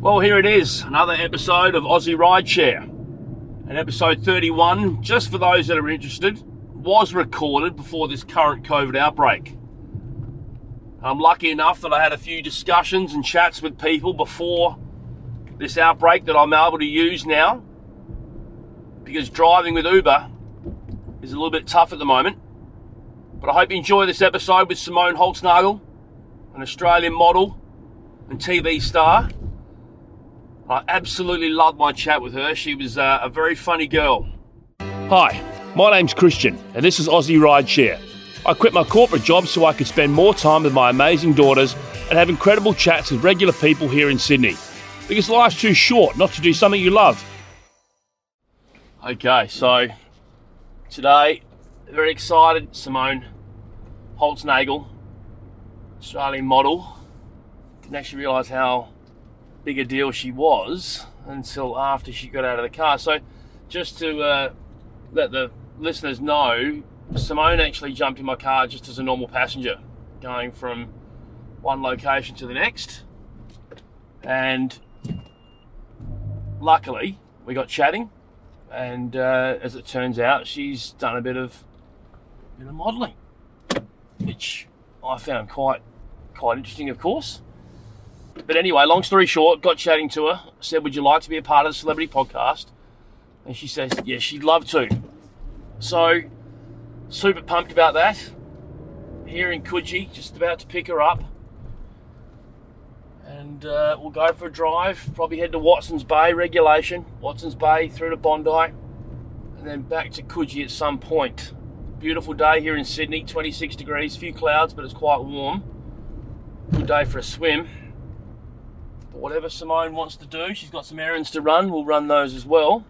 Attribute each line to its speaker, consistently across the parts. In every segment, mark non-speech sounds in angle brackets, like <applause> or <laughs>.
Speaker 1: Well, here it is, another episode of Aussie Rideshare. And episode 31, just for those that are interested, was recorded before this current COVID outbreak. I'm lucky enough that I had a few discussions and chats with people before this outbreak that I'm able to use now because driving with Uber is a little bit tough at the moment. But I hope you enjoy this episode with Simone Holznagel, an Australian model and TV star. I absolutely loved my chat with her. She was uh, a very funny girl. Hi, my name's Christian, and this is Aussie Rideshare. I quit my corporate job so I could spend more time with my amazing daughters and have incredible chats with regular people here in Sydney. Because life's too short not to do something you love. Okay, so today, very excited, Simone Holznagel, Australian model. Didn't actually realise how big a deal she was until after she got out of the car. So, just to uh, let the listeners know, Simone actually jumped in my car just as a normal passenger, going from one location to the next. And luckily, we got chatting, and uh, as it turns out, she's done a bit of bit of modelling, which I found quite quite interesting, of course. But anyway, long story short, got chatting to her. Said, "Would you like to be a part of the celebrity podcast?" And she says, "Yeah, she'd love to." So, super pumped about that. Here in Coogee, just about to pick her up, and uh, we'll go for a drive. Probably head to Watson's Bay regulation, Watson's Bay through to Bondi, and then back to Coogee at some point. Beautiful day here in Sydney, 26 degrees, few clouds, but it's quite warm. Good day for a swim. But whatever Simone wants to do, she's got some errands to run, we'll run those as well.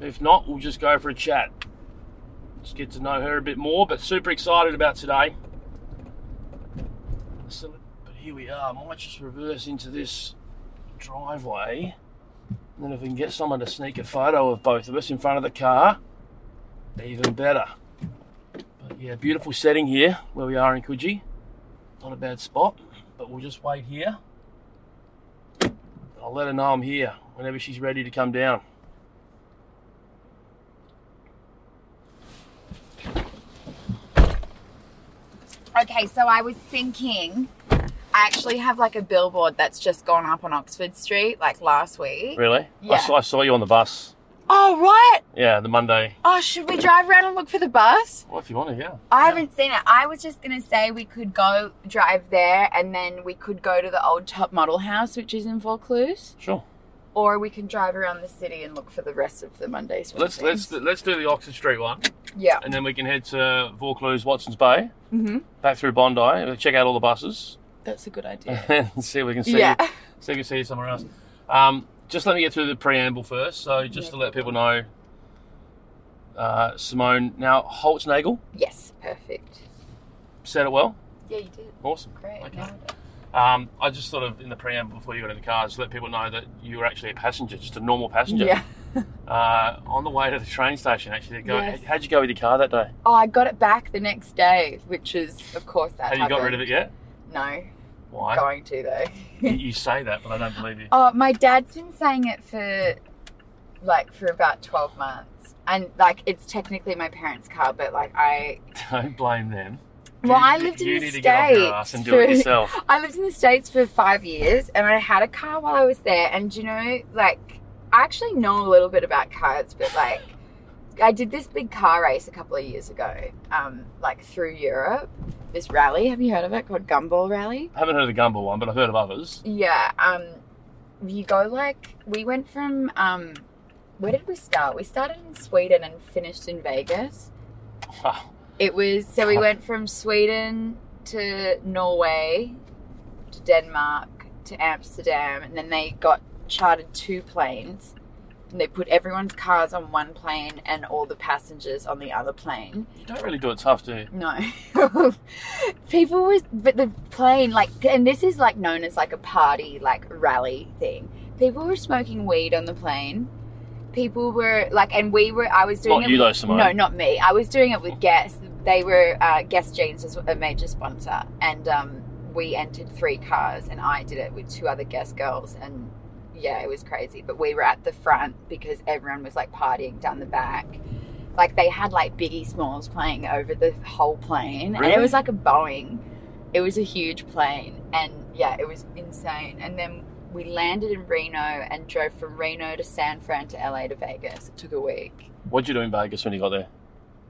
Speaker 1: If not, we'll just go for a chat. Just get to know her a bit more, but super excited about today. So, but here we are. I might just reverse into this driveway. And then if we can get someone to sneak a photo of both of us in front of the car, even better. But yeah, beautiful setting here where we are in Coogee. Not a bad spot, but we'll just wait here. I'll let her know I'm here whenever she's ready to come down.
Speaker 2: Okay, so I was thinking, I actually have like a billboard that's just gone up on Oxford Street like last week.
Speaker 1: Really?
Speaker 2: Yeah.
Speaker 1: I, saw, I saw you on the bus.
Speaker 2: Oh, right.
Speaker 1: Yeah, the Monday.
Speaker 2: Oh, should we drive around and look for the bus?
Speaker 1: Well, if you want to, yeah.
Speaker 2: I haven't seen it. I was just going to say we could go drive there and then we could go to the old top model house, which is in Vaucluse,
Speaker 1: Sure.
Speaker 2: or we can drive around the city and look for the rest of the Monday swim
Speaker 1: Let's let's let's do the Oxford Street one,
Speaker 2: Yeah.
Speaker 1: and then we can head to Vaucluse, Watson's Bay,
Speaker 2: hmm
Speaker 1: back through Bondi, check out all the buses, <laughs>
Speaker 2: That's a good idea.
Speaker 1: and see if we can see
Speaker 2: yeah.
Speaker 1: see if we can see you somewhere else. Um, just let me get through the preamble first. So just
Speaker 2: Yeah.
Speaker 1: to let people know, uh, Simone now Holtznagel
Speaker 2: Yes, perfect.
Speaker 1: said it well.
Speaker 2: Yeah, you did.
Speaker 1: Awesome.
Speaker 2: Great.
Speaker 1: Okay.
Speaker 2: nailed it.
Speaker 1: Um, I just sort of in the preamble before you got in the car, just let people know that you were actually a passenger, just a normal passenger,
Speaker 2: Yeah.
Speaker 1: uh, on the way to the train station. Actually, go,
Speaker 2: Yes.
Speaker 1: how'd you go with your car that day?
Speaker 2: Oh, I got it back the next day, which is, of course, that.
Speaker 1: Have you got rid of it yet?
Speaker 2: No,
Speaker 1: Why?
Speaker 2: going to though. <laughs>
Speaker 1: You- <laughs> you say that, but I don't believe you.
Speaker 2: oh, my dad's been saying it for like for about twelve months, and like it's technically my parents' car, but like I,
Speaker 1: Don't blame them.
Speaker 2: well,
Speaker 1: You-
Speaker 2: I lived in
Speaker 1: you
Speaker 2: the
Speaker 1: need
Speaker 2: states.
Speaker 1: to get off your ass and do it
Speaker 2: for-
Speaker 1: yourself.
Speaker 2: <laughs> I lived in the states for five years, and I had a car while I was there. And do you know, like, I actually know a little bit about cars, but like. I did this big car race a couple of years ago, um, like through Europe. This rally, have you heard of it? Called Gumball Rally.
Speaker 1: I haven't heard of the Gumball one, but I've heard of others.
Speaker 2: Yeah. Um, you go like we went from um, where did we start? We started in Sweden and finished in Vegas.
Speaker 1: Wow.
Speaker 2: It was so we went from Sweden to Norway to Denmark to Amsterdam, and then they got chartered two planes. And they put everyone's cars on one plane and all the passengers on the other plane.
Speaker 1: You don't really do it tough, do you?
Speaker 2: No. <laughs> People was but the plane like and this is like known as like a party like rally thing. People were smoking weed on the plane. People were like and we were I was doing
Speaker 1: Not
Speaker 2: it
Speaker 1: you
Speaker 2: with-
Speaker 1: though, Simone.
Speaker 2: No, not me. I was doing it with guests. They were uh, Guest Jeans was a major sponsor and um we entered three cars and I did it with two other guest girls and yeah, it was crazy. But we were at the front because everyone was like partying down the back. Like they had like Biggie Smalls playing over the whole plane. And
Speaker 1: Really?
Speaker 2: it was like a Boeing. It was a huge plane. And yeah, it was insane. And then we landed in Reno and drove from Reno to San Fran to LA to Vegas. It took a week.
Speaker 1: What'd you do in Vegas when you got there?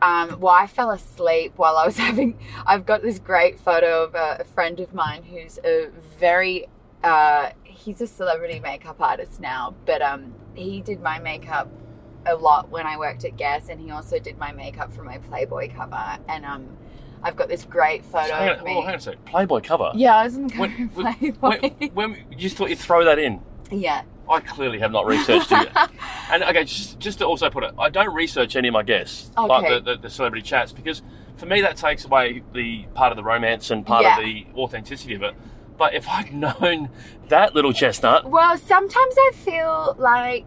Speaker 2: Um, well, I fell asleep while I was <laughs> having. I've got this great photo of a, a friend of mine who's a very. Uh, he's a celebrity makeup artist now, but um, he did my makeup a lot when I worked at Guess, and he also did my makeup for my Playboy cover. And um, I've got this great photo
Speaker 1: hang, on,
Speaker 2: of
Speaker 1: oh, hang on
Speaker 2: me.
Speaker 1: a sec. Playboy cover.
Speaker 2: Yeah, I was in the cover
Speaker 1: When-
Speaker 2: of
Speaker 1: when-
Speaker 2: Playboy.
Speaker 1: When,
Speaker 2: <laughs>
Speaker 1: when- you just thought you'd throw that in.
Speaker 2: yeah.
Speaker 1: I clearly have not
Speaker 2: <laughs>
Speaker 1: researched you. And okay, just, just to also put it, I don't research any of my guests, like
Speaker 2: Okay.
Speaker 1: the, the, the celebrity chats, because for me that takes away the part of the romance and part of
Speaker 2: Yeah.
Speaker 1: the authenticity of it. But if I'd <laughs> known that little chestnut,
Speaker 2: Well, sometimes I feel like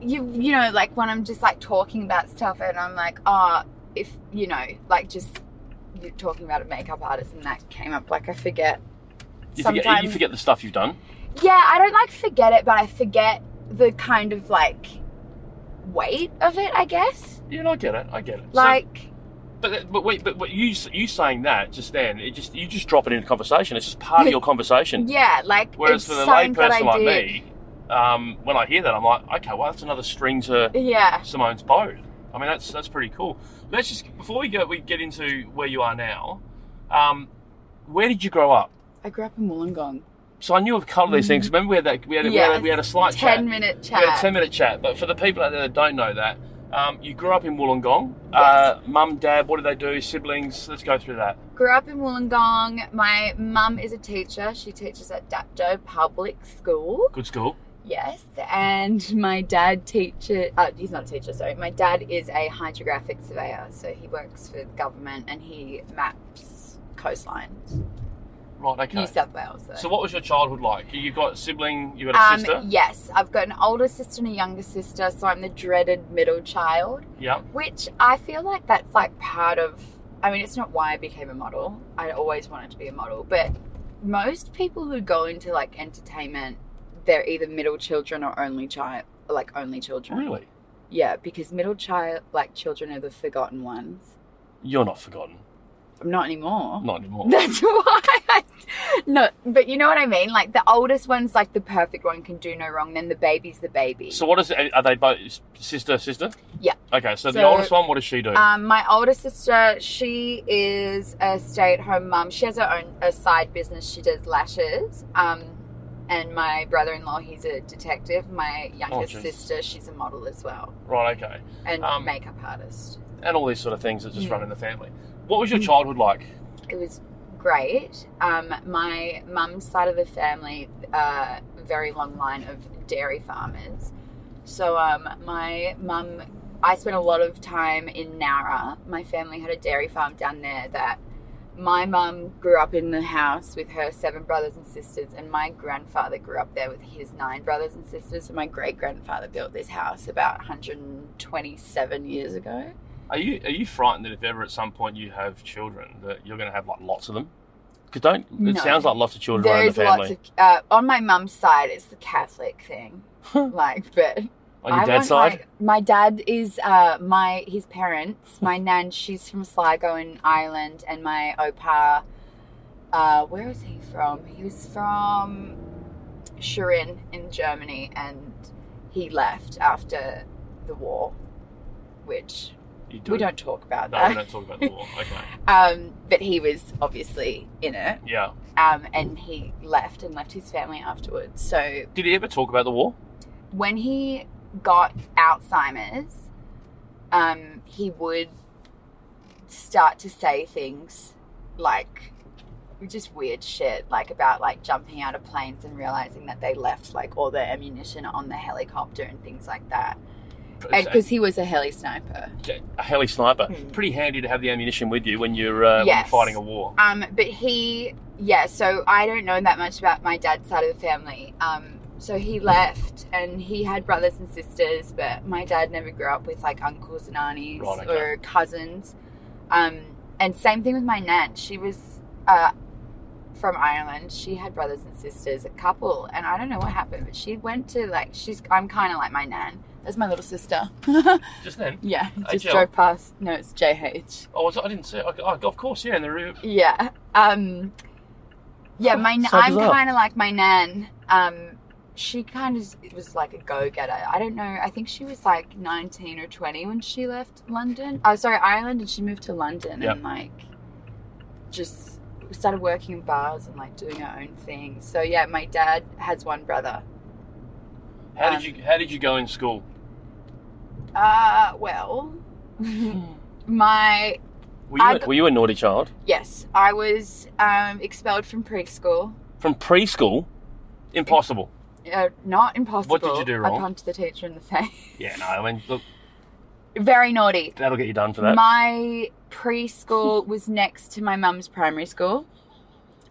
Speaker 2: you you know like when I'm just like talking about stuff and I'm like, oh, if you know, like just you're talking about a makeup artist and that came up, like I forget.
Speaker 1: you forget, you forget the stuff you've done.
Speaker 2: Yeah, I don't like forget it, but I forget the kind of like weight of it, I guess.
Speaker 1: Yeah, no, I get it. I get it. So-
Speaker 2: Like,
Speaker 1: but but wait, but, but you you saying that just then, it just you just drop it into conversation. It's just part of your conversation.
Speaker 2: yeah, like
Speaker 1: Whereas
Speaker 2: it's
Speaker 1: for the
Speaker 2: something
Speaker 1: lay
Speaker 2: that I
Speaker 1: person like
Speaker 2: did.
Speaker 1: me, um, when I hear that, I'm like, okay, well that's another string to
Speaker 2: Yeah.
Speaker 1: Simone's boat. I mean, that's that's pretty cool. Let's just before we go, we get into where you are now. Um, where did you grow up?
Speaker 2: I grew up in Wollongong.
Speaker 1: So I knew of a couple of these things. Remember, we had that we had, a we, had a, we had a slight
Speaker 2: Mm-hmm. ten
Speaker 1: chat.
Speaker 2: minute
Speaker 1: We had a
Speaker 2: chat.
Speaker 1: ten minute chat. But for the people out there that don't know that, um, you grew up in Wollongong.
Speaker 2: Yes.
Speaker 1: Uh, Mum, Dad, what did they do? Siblings? Let's go through that.
Speaker 2: Grew up in Wollongong. My mum is a teacher. She teaches at Dapto Public School.
Speaker 1: Good school.
Speaker 2: Yes. And my dad teacher, uh, he's not a teacher, sorry. My dad is a hydrographic surveyor. So he works for the government and he maps coastlines.
Speaker 1: Right. Okay.
Speaker 2: New South Wales. Though. Um,
Speaker 1: so what was your childhood like? You got sibling? You got a sister?
Speaker 2: Yes. I've got an older sister and a younger sister. So I'm the dreaded middle child.
Speaker 1: Yeah.
Speaker 2: Which I feel like that's like part of. I mean, it's not why I became a model. I always wanted to be a model, but most people who go into like entertainment, they're either middle children or only child, like only children.
Speaker 1: Really?
Speaker 2: Yeah, because middle child, like children, are the forgotten ones.
Speaker 1: You're not forgotten.
Speaker 2: Not anymore.
Speaker 1: Not
Speaker 2: <laughs>
Speaker 1: anymore.
Speaker 2: That's why. I, no, but you know what I mean. Like the oldest one's like the perfect one, can do no wrong. Then the baby's the baby.
Speaker 1: So what is it? Are they both sister sister?
Speaker 2: Yeah.
Speaker 1: Okay, so, the
Speaker 2: So-
Speaker 1: oldest one, what does she do?
Speaker 2: Um, my older sister, she is a stay-at-home mum. She has her own a side business. She does lashes. Um, and my brother-in-law, he's a detective. My youngest
Speaker 1: jeez.
Speaker 2: sister, she's a model as well
Speaker 1: right. Okay.
Speaker 2: and
Speaker 1: Um,
Speaker 2: makeup artist.
Speaker 1: And all these sort of things that just
Speaker 2: Mm.
Speaker 1: run in the family. What was your
Speaker 2: Mm.
Speaker 1: childhood like?
Speaker 2: It was great. Um, my mum's side of the family, uh, very long line of dairy farmers. So um, my mum, I spent a lot of time in Nara. My family had a dairy farm down there that my mum grew up in the house with her seven brothers and sisters, and my grandfather grew up there with his nine brothers and sisters. So my great grandfather built this house about 127 years ago.
Speaker 1: Are you are you frightened that if ever at some point you have children that you're going to have like lots of them? Because don't it
Speaker 2: No.
Speaker 1: sounds like lots of children
Speaker 2: There
Speaker 1: around the
Speaker 2: is lots
Speaker 1: family
Speaker 2: of uh, on my mum's side. It's the Catholic thing, like, but
Speaker 1: on your
Speaker 2: I
Speaker 1: dad's
Speaker 2: want,
Speaker 1: side.
Speaker 2: like- my dad is uh, my his parents. My nan, she's from Sligo in Ireland, and my opa, uh, where is he from? He was from Turin in Germany, and he left after the war, which
Speaker 1: you
Speaker 2: we don't talk about
Speaker 1: No,
Speaker 2: that.
Speaker 1: we don't talk about the
Speaker 2: <laughs>
Speaker 1: war. Okay.
Speaker 2: Um, but he was obviously in it,
Speaker 1: Yeah.
Speaker 2: um, and he left and left his family afterwards. So
Speaker 1: Did he ever talk about the war?
Speaker 2: when he got Alzheimer's, um, he would start to say things like just weird shit, like about like jumping out of planes and realizing that they left like all their ammunition on the helicopter and things like that. Because he was a heli sniper.
Speaker 1: a heli sniper.
Speaker 2: Hmm.
Speaker 1: Pretty handy to have the ammunition with you when you're, uh, when
Speaker 2: Yes.
Speaker 1: you're fighting a war.
Speaker 2: Um, but he, yeah, so I don't know that much about my dad's side of the family. Um, so he left and he had brothers and sisters, but my dad never grew up with like uncles and aunties
Speaker 1: Right, okay.
Speaker 2: or cousins. Um, and same thing with my nan. She was uh, from Ireland, she had brothers and sisters, a couple, and I don't know what happened, but she went to like she's. I'm kind of like my nan. That's my little sister. <laughs>
Speaker 3: Just then.
Speaker 2: yeah, just
Speaker 3: HL.
Speaker 2: drove past. No, it's JH.
Speaker 3: Oh, was it? I didn't see it. I, I, of course, yeah. And the river.
Speaker 2: Yeah. Um. Yeah, my
Speaker 3: So
Speaker 2: I'm
Speaker 3: bizarre.
Speaker 2: kind of like my nan. Um, she kind of was like a go-getter. I don't know. I think she was like 19 or 20 when she left London. Oh, sorry, Ireland, and she moved to London
Speaker 3: Yep.
Speaker 2: and like just started working in bars and like doing her own thing. So yeah, my dad has one brother.
Speaker 3: How
Speaker 2: Um,
Speaker 3: did you How did you go in school?
Speaker 2: Uh, well, <laughs> my
Speaker 1: Were you,
Speaker 2: I
Speaker 1: a-
Speaker 2: go-
Speaker 1: were you a naughty child?
Speaker 2: yes, I was um, expelled from preschool.
Speaker 1: From preschool?
Speaker 3: Impossible.
Speaker 2: Uh, not impossible.
Speaker 3: do
Speaker 2: I
Speaker 3: wrong?
Speaker 2: punched the teacher in the face. <laughs>
Speaker 3: Yeah, no. I mean, look,
Speaker 2: Very naughty.
Speaker 1: That'll get you done for that.
Speaker 2: My
Speaker 3: <laughs>
Speaker 2: preschool was next to my mum's primary school.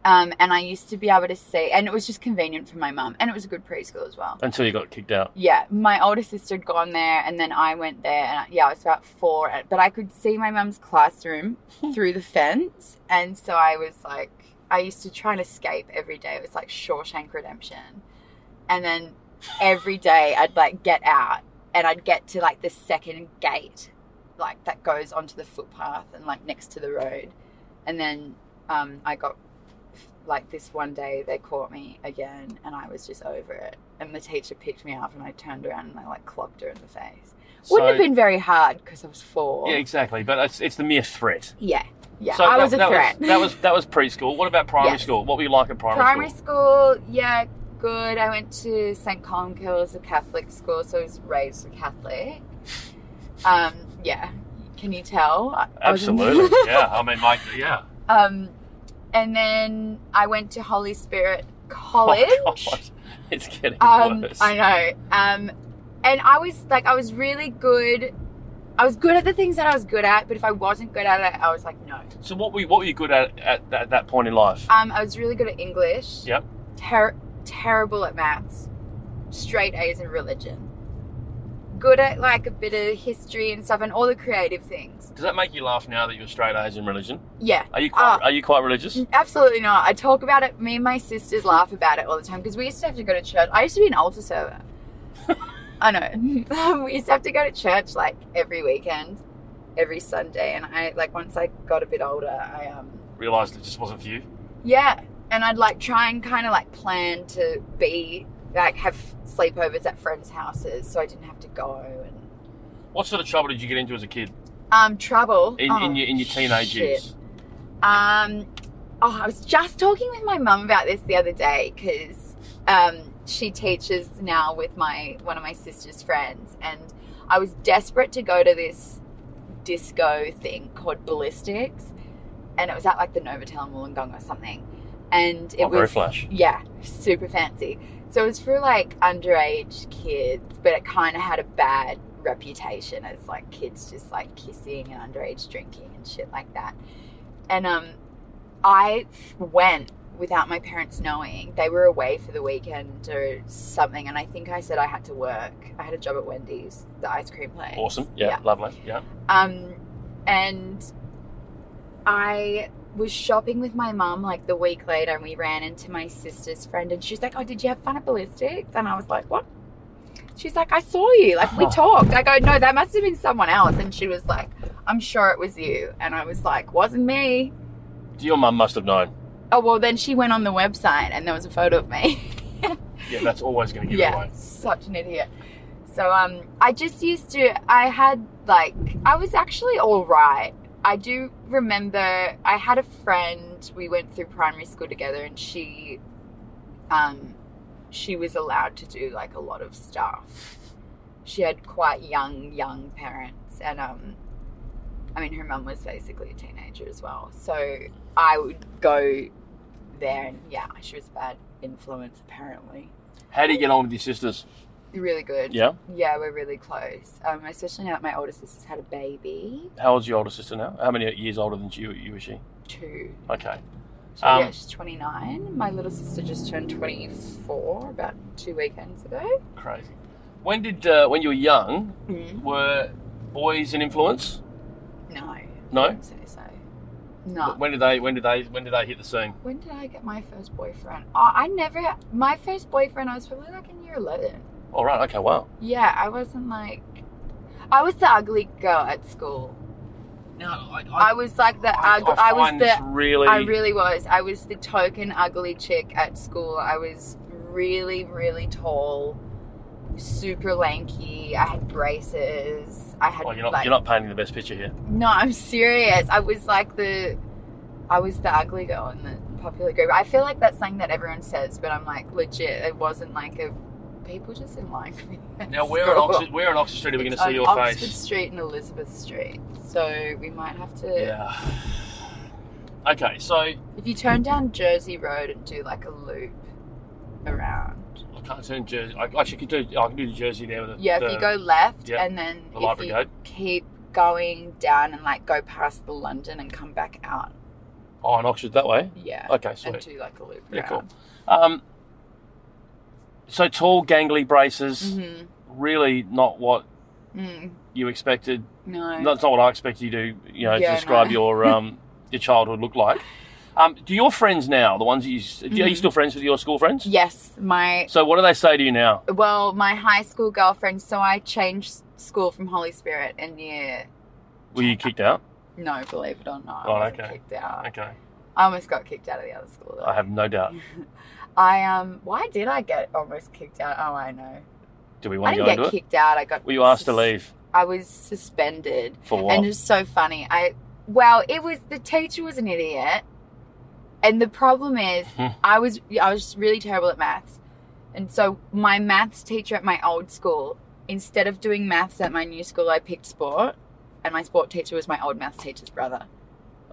Speaker 2: Um, and I used to be able to see, and it was just convenient for my mum, and it was a good preschool as well.
Speaker 1: Until you got kicked out.
Speaker 2: Yeah, my older sister had gone there, and then I went there, and I, yeah, I was about four, and- but I could see my mum's classroom through the fence, and so I was like, I used to try and escape every day. It was like Shawshank Redemption, and then every day I'd like get out, and I'd get to like the second gate, like that goes onto the footpath and like next to the road, and then um, I got like this one day they caught me again and I was just over it. And the teacher picked me up and I turned around and I like clocked her in the face. Wouldn't have
Speaker 1: So-
Speaker 2: been very hard because I was four.
Speaker 1: Yeah, exactly. But it's, it's the mere threat.
Speaker 2: yeah. yeah.
Speaker 1: So
Speaker 2: I
Speaker 1: that-
Speaker 2: was a
Speaker 1: that
Speaker 2: threat.
Speaker 1: that
Speaker 2: <laughs>
Speaker 1: was that was preschool. What about primary
Speaker 2: Yes.
Speaker 1: school? What were you like at primary,
Speaker 2: primary
Speaker 1: school?
Speaker 2: school, yeah, good. I went to St. Columkille's, a Catholic school, so I was raised a Catholic. Um, yeah. Can you tell? I- I was <laughs> in-
Speaker 1: Absolutely.
Speaker 3: yeah. I mean, like, yeah.
Speaker 2: um, and then I went to Holy Spirit College.
Speaker 1: <laughs> <laughs> Oh, God. It's getting
Speaker 2: Um,
Speaker 1: worse.
Speaker 2: I know. Um, and I was like, I was really good. I was good at the things that I was good at, but if I wasn't good at it, I was like, no.
Speaker 1: So what were you, what were you good at at that, that point in life?
Speaker 2: Um, I was really good at English.
Speaker 1: Yep.
Speaker 2: Ter- terrible at maths. Straight A's in religion. Good at like a bit of history and stuff and all the creative things.
Speaker 1: Does that make you laugh now that you're straight A's in religion?
Speaker 2: Yeah.
Speaker 1: Are you quite
Speaker 2: Uh,
Speaker 1: are you quite religious?
Speaker 2: Absolutely not. I talk about it. Me and my sisters laugh about it all the time because we used to have to go to church. I used to be an altar server. I know. <laughs> we used to have to go to church like every weekend, every Sunday. And I like once I got a bit older, I um
Speaker 1: Realised it just wasn't for you.
Speaker 2: yeah, and I'd like try and kind of like plan to be like have sleepovers at friends' houses so I didn't have to go and
Speaker 1: What sort of trouble did you get into as a kid?
Speaker 2: um trouble
Speaker 1: In,
Speaker 2: Oh,
Speaker 1: in your in your teenage
Speaker 2: shit.
Speaker 1: years?
Speaker 2: Um, oh, I was just talking with my mum about this the other day because um, she teaches now with my one of my sister's friends, and I was desperate to go to this disco thing called Ballistics, and it was at like the Novotel in Wollongong or something, and it
Speaker 1: Oh,
Speaker 2: was
Speaker 1: very flash.
Speaker 2: yeah, super fancy. So it was for like underage kids, but it kind of had a bad reputation as like kids just like kissing and underage drinking and shit like that. And um, I f- went without my parents knowing. They were away for the weekend or something, and I think I said I had to work. I had a job at Wendy's, the ice cream place.
Speaker 1: Awesome. Yeah,
Speaker 2: Yeah.
Speaker 1: lovely. Yeah.
Speaker 2: Um, and I was shopping with my mum like the week later, and we ran into my sister's friend, and she's like, "Oh, did you have fun at ballistics?" And I was like, "What?" She's like, "I saw you. Like we talked." I go, "No, that must have been someone else." And she was like, "I'm sure it was you." And I was like, "Wasn't me."
Speaker 1: Your mum must have known.
Speaker 2: Oh well, then she went on the website, and there was a photo of me. <laughs>
Speaker 3: Yeah, that's always going to give it
Speaker 2: yeah,
Speaker 3: away.
Speaker 2: such an idiot. So um, I just used to. I had like I was actually all right. I do remember I had a friend. We went through primary school together, and she, um, she was allowed to do like a lot of stuff. She had quite young, young parents, and um, I mean, her mum was basically a teenager as well. So I would go there, and yeah, she was a bad influence apparently
Speaker 1: How do you get on with your sisters?
Speaker 2: really good.
Speaker 1: Yeah.
Speaker 2: Yeah, we're really close. Um, especially now that my older sister's had a baby,
Speaker 1: How old's your older sister now? How many years older than you you is she?
Speaker 2: two.
Speaker 1: Okay.
Speaker 2: So
Speaker 1: Um,
Speaker 2: yeah, she's 29. My little sister just turned 24 about two weekends ago.
Speaker 1: Crazy. When did uh, when you were young were boys an influence?
Speaker 2: No,
Speaker 1: No.
Speaker 2: I'd say so. No.
Speaker 1: When did they? When did they? When did they hit the scene?
Speaker 2: When did I get my first boyfriend? Oh, I never. My first boyfriend, I was probably like in year 11.
Speaker 1: All Oh, right. Okay. Wow.
Speaker 2: Yeah, I wasn't like. I was the ugly girl at school.
Speaker 3: No, I, I,
Speaker 2: I was like the ugly. I, was
Speaker 1: find this
Speaker 2: the.
Speaker 1: really.
Speaker 2: I really was. I was the token ugly chick at school. I was really, really tall, super lanky. I had braces. I had
Speaker 1: Well, Oh, you're not.
Speaker 2: like
Speaker 1: You're not painting the best picture here.
Speaker 2: no, I'm serious. I was like the, I was the ugly girl in the popular group. I feel like that's something that everyone says, but I'm like legit. It wasn't like a people just didn't like me. <laughs> at
Speaker 1: Now we're at
Speaker 2: school.
Speaker 1: Oxford. We're at Oxford Street. We're going to
Speaker 2: It's
Speaker 1: see
Speaker 2: on
Speaker 1: your
Speaker 2: Oxford
Speaker 1: face.
Speaker 2: Street and Elizabeth Street, so we might have to.
Speaker 1: Yeah. Okay. So I
Speaker 2: If you turn down Jersey Road and do like a loop around,
Speaker 1: can't turn Jersey. I actually could do. I can do Jersey there with the.
Speaker 2: yeah.
Speaker 1: the,
Speaker 2: if you go left
Speaker 1: yeah,
Speaker 2: and then
Speaker 1: the
Speaker 2: if
Speaker 1: library
Speaker 2: you
Speaker 1: gate.
Speaker 2: keep going down and like go past the London and come back out,
Speaker 1: Oh, in Oxford that way.
Speaker 2: yeah,
Speaker 1: Okay.
Speaker 2: and
Speaker 1: Oh, Sweet.
Speaker 2: do like a loop.
Speaker 1: Yeah, cool.
Speaker 2: around.
Speaker 1: Um. So tall, gangly braces.
Speaker 2: Mhm.
Speaker 1: Really not what
Speaker 2: Mm.
Speaker 1: you expected.
Speaker 2: No.
Speaker 1: That's not what I expect you to, you know,
Speaker 2: Yeah,
Speaker 1: to describe
Speaker 2: no.
Speaker 1: your
Speaker 2: <laughs>
Speaker 1: um, your childhood look like. Um, do your friends now, the ones that you, do- are you
Speaker 2: Mhm.
Speaker 1: still friends with your school friends?
Speaker 2: yes, my
Speaker 1: So what do they say to you now?
Speaker 2: well, my high school girlfriend. So I changed school from Holy Spirit in year.
Speaker 1: Were you kicked out?
Speaker 2: No, believe it or
Speaker 1: Right,
Speaker 2: not, I wasn't
Speaker 1: Oh, okay.
Speaker 2: kicked out.
Speaker 1: Okay,
Speaker 2: I almost got kicked out of the other school. Though.
Speaker 1: I have no doubt.
Speaker 2: I um. Why did I get almost kicked out? Oh, I know.
Speaker 1: Do we
Speaker 2: I
Speaker 1: want to
Speaker 2: didn't
Speaker 1: go into
Speaker 2: get
Speaker 1: it?
Speaker 2: kicked out. I got.
Speaker 1: Were you asked to
Speaker 2: sus-
Speaker 1: leave
Speaker 2: I was suspended,
Speaker 1: for what?
Speaker 2: and it's so funny. I well, it was the teacher was an idiot, and the problem is
Speaker 1: Hmm.
Speaker 2: I was I was really terrible at maths, and so my maths teacher at my old school, instead of doing maths at my new school, I picked sport, and my sport teacher was my old maths teacher's brother.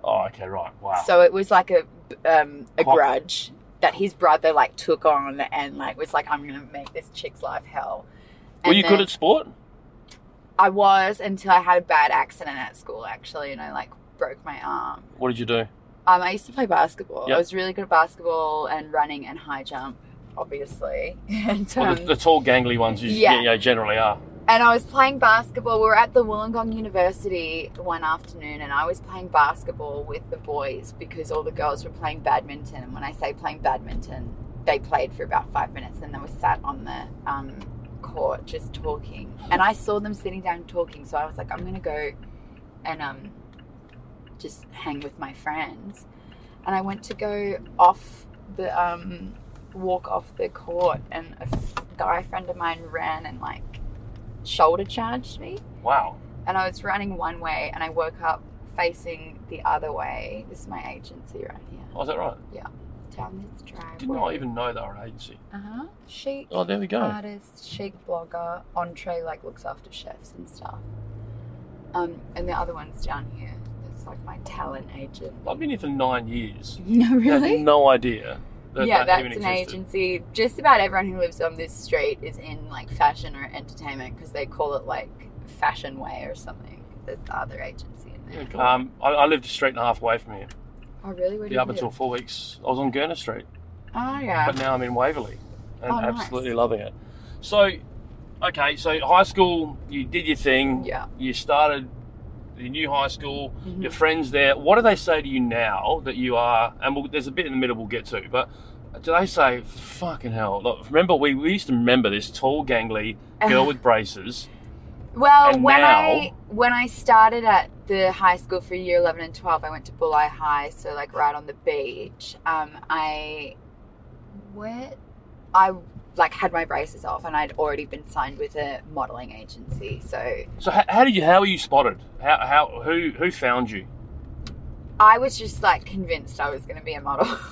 Speaker 1: oh, okay, right. Wow.
Speaker 2: So it was like a um, a
Speaker 1: Quite-
Speaker 2: grudge that his brother like took on and like was like I'm gonna make this chick's life hell.
Speaker 1: Were
Speaker 2: And
Speaker 1: you
Speaker 2: then-
Speaker 1: good at sport?
Speaker 2: I was until I had a bad accident at school actually, and I like broke my arm.
Speaker 1: What did you do?
Speaker 2: Um, I used to play basketball.
Speaker 1: Yep.
Speaker 2: I was really good at basketball and running and high jump, obviously. <laughs> And
Speaker 1: Well,
Speaker 2: um,
Speaker 1: the, the tall, gangly ones you,
Speaker 2: yeah.
Speaker 1: you know, generally are.
Speaker 2: and I was playing basketball. We were at the Wollongong University one afternoon, and I was playing basketball with the boys because all the girls were playing badminton. And when I say playing badminton, they played for about five minutes, and they were sat on the um, court just talking. And I saw them sitting down talking, so I was like, I'm gonna go and um, just hang with my friends. And I went to go off the um, walk off the court, and a f- guy friend of mine ran and like shoulder charged me
Speaker 1: Wow.
Speaker 2: and I was running one way and I woke up facing the other way. This is my agency right here.
Speaker 1: Oh, is that right?
Speaker 2: Down this driveway.
Speaker 1: Didn't I even know they were an agency?
Speaker 2: Uh-huh. Chic
Speaker 1: Oh, there we go.
Speaker 2: Uh, artist, chic blogger, entree like looks after chefs and stuff. Um, and the other one's down here. It's like my talent agent. <laughs>
Speaker 1: I've been here for nine years.
Speaker 2: No,
Speaker 1: I
Speaker 2: really?
Speaker 1: had no idea that
Speaker 2: yeah,
Speaker 1: that
Speaker 2: that's
Speaker 1: even
Speaker 2: an
Speaker 1: existed.
Speaker 2: agency. Just about everyone who lives on this street is in like fashion or entertainment because they call it like fashion way or something. There's the other agency in there.
Speaker 1: Um, I, I lived a street and a half away from here.
Speaker 2: Oh, really? Where do
Speaker 1: Yeah,
Speaker 2: you
Speaker 1: up
Speaker 2: live?
Speaker 1: until four weeks, I was on Gurner Street,
Speaker 2: Oh, yeah.
Speaker 1: but now I'm in Waverley, and
Speaker 2: Oh, nice.
Speaker 1: absolutely loving it. So, okay, so high school, you did your thing.
Speaker 2: Yeah.
Speaker 1: You started the new high school.
Speaker 2: Mhm.
Speaker 1: Your friends there. What do they say to you now that you are? And we'll, there's a bit in the middle we'll get to, but do they say, "Fucking hell"? Look, remember we, we used to remember this tall, gangly
Speaker 2: <laughs>
Speaker 1: girl with braces.
Speaker 2: Well,
Speaker 1: And
Speaker 2: when
Speaker 1: now-
Speaker 2: I when I started at the high school for year eleven and twelve, I went to Bulleye High, so like right on the beach. Um, I what I like had my braces off, and I'd already been signed with a modeling agency. So
Speaker 1: So how, how did you? How were you spotted? How, how who who found you?
Speaker 2: I was just like convinced I was going to be a model. <laughs>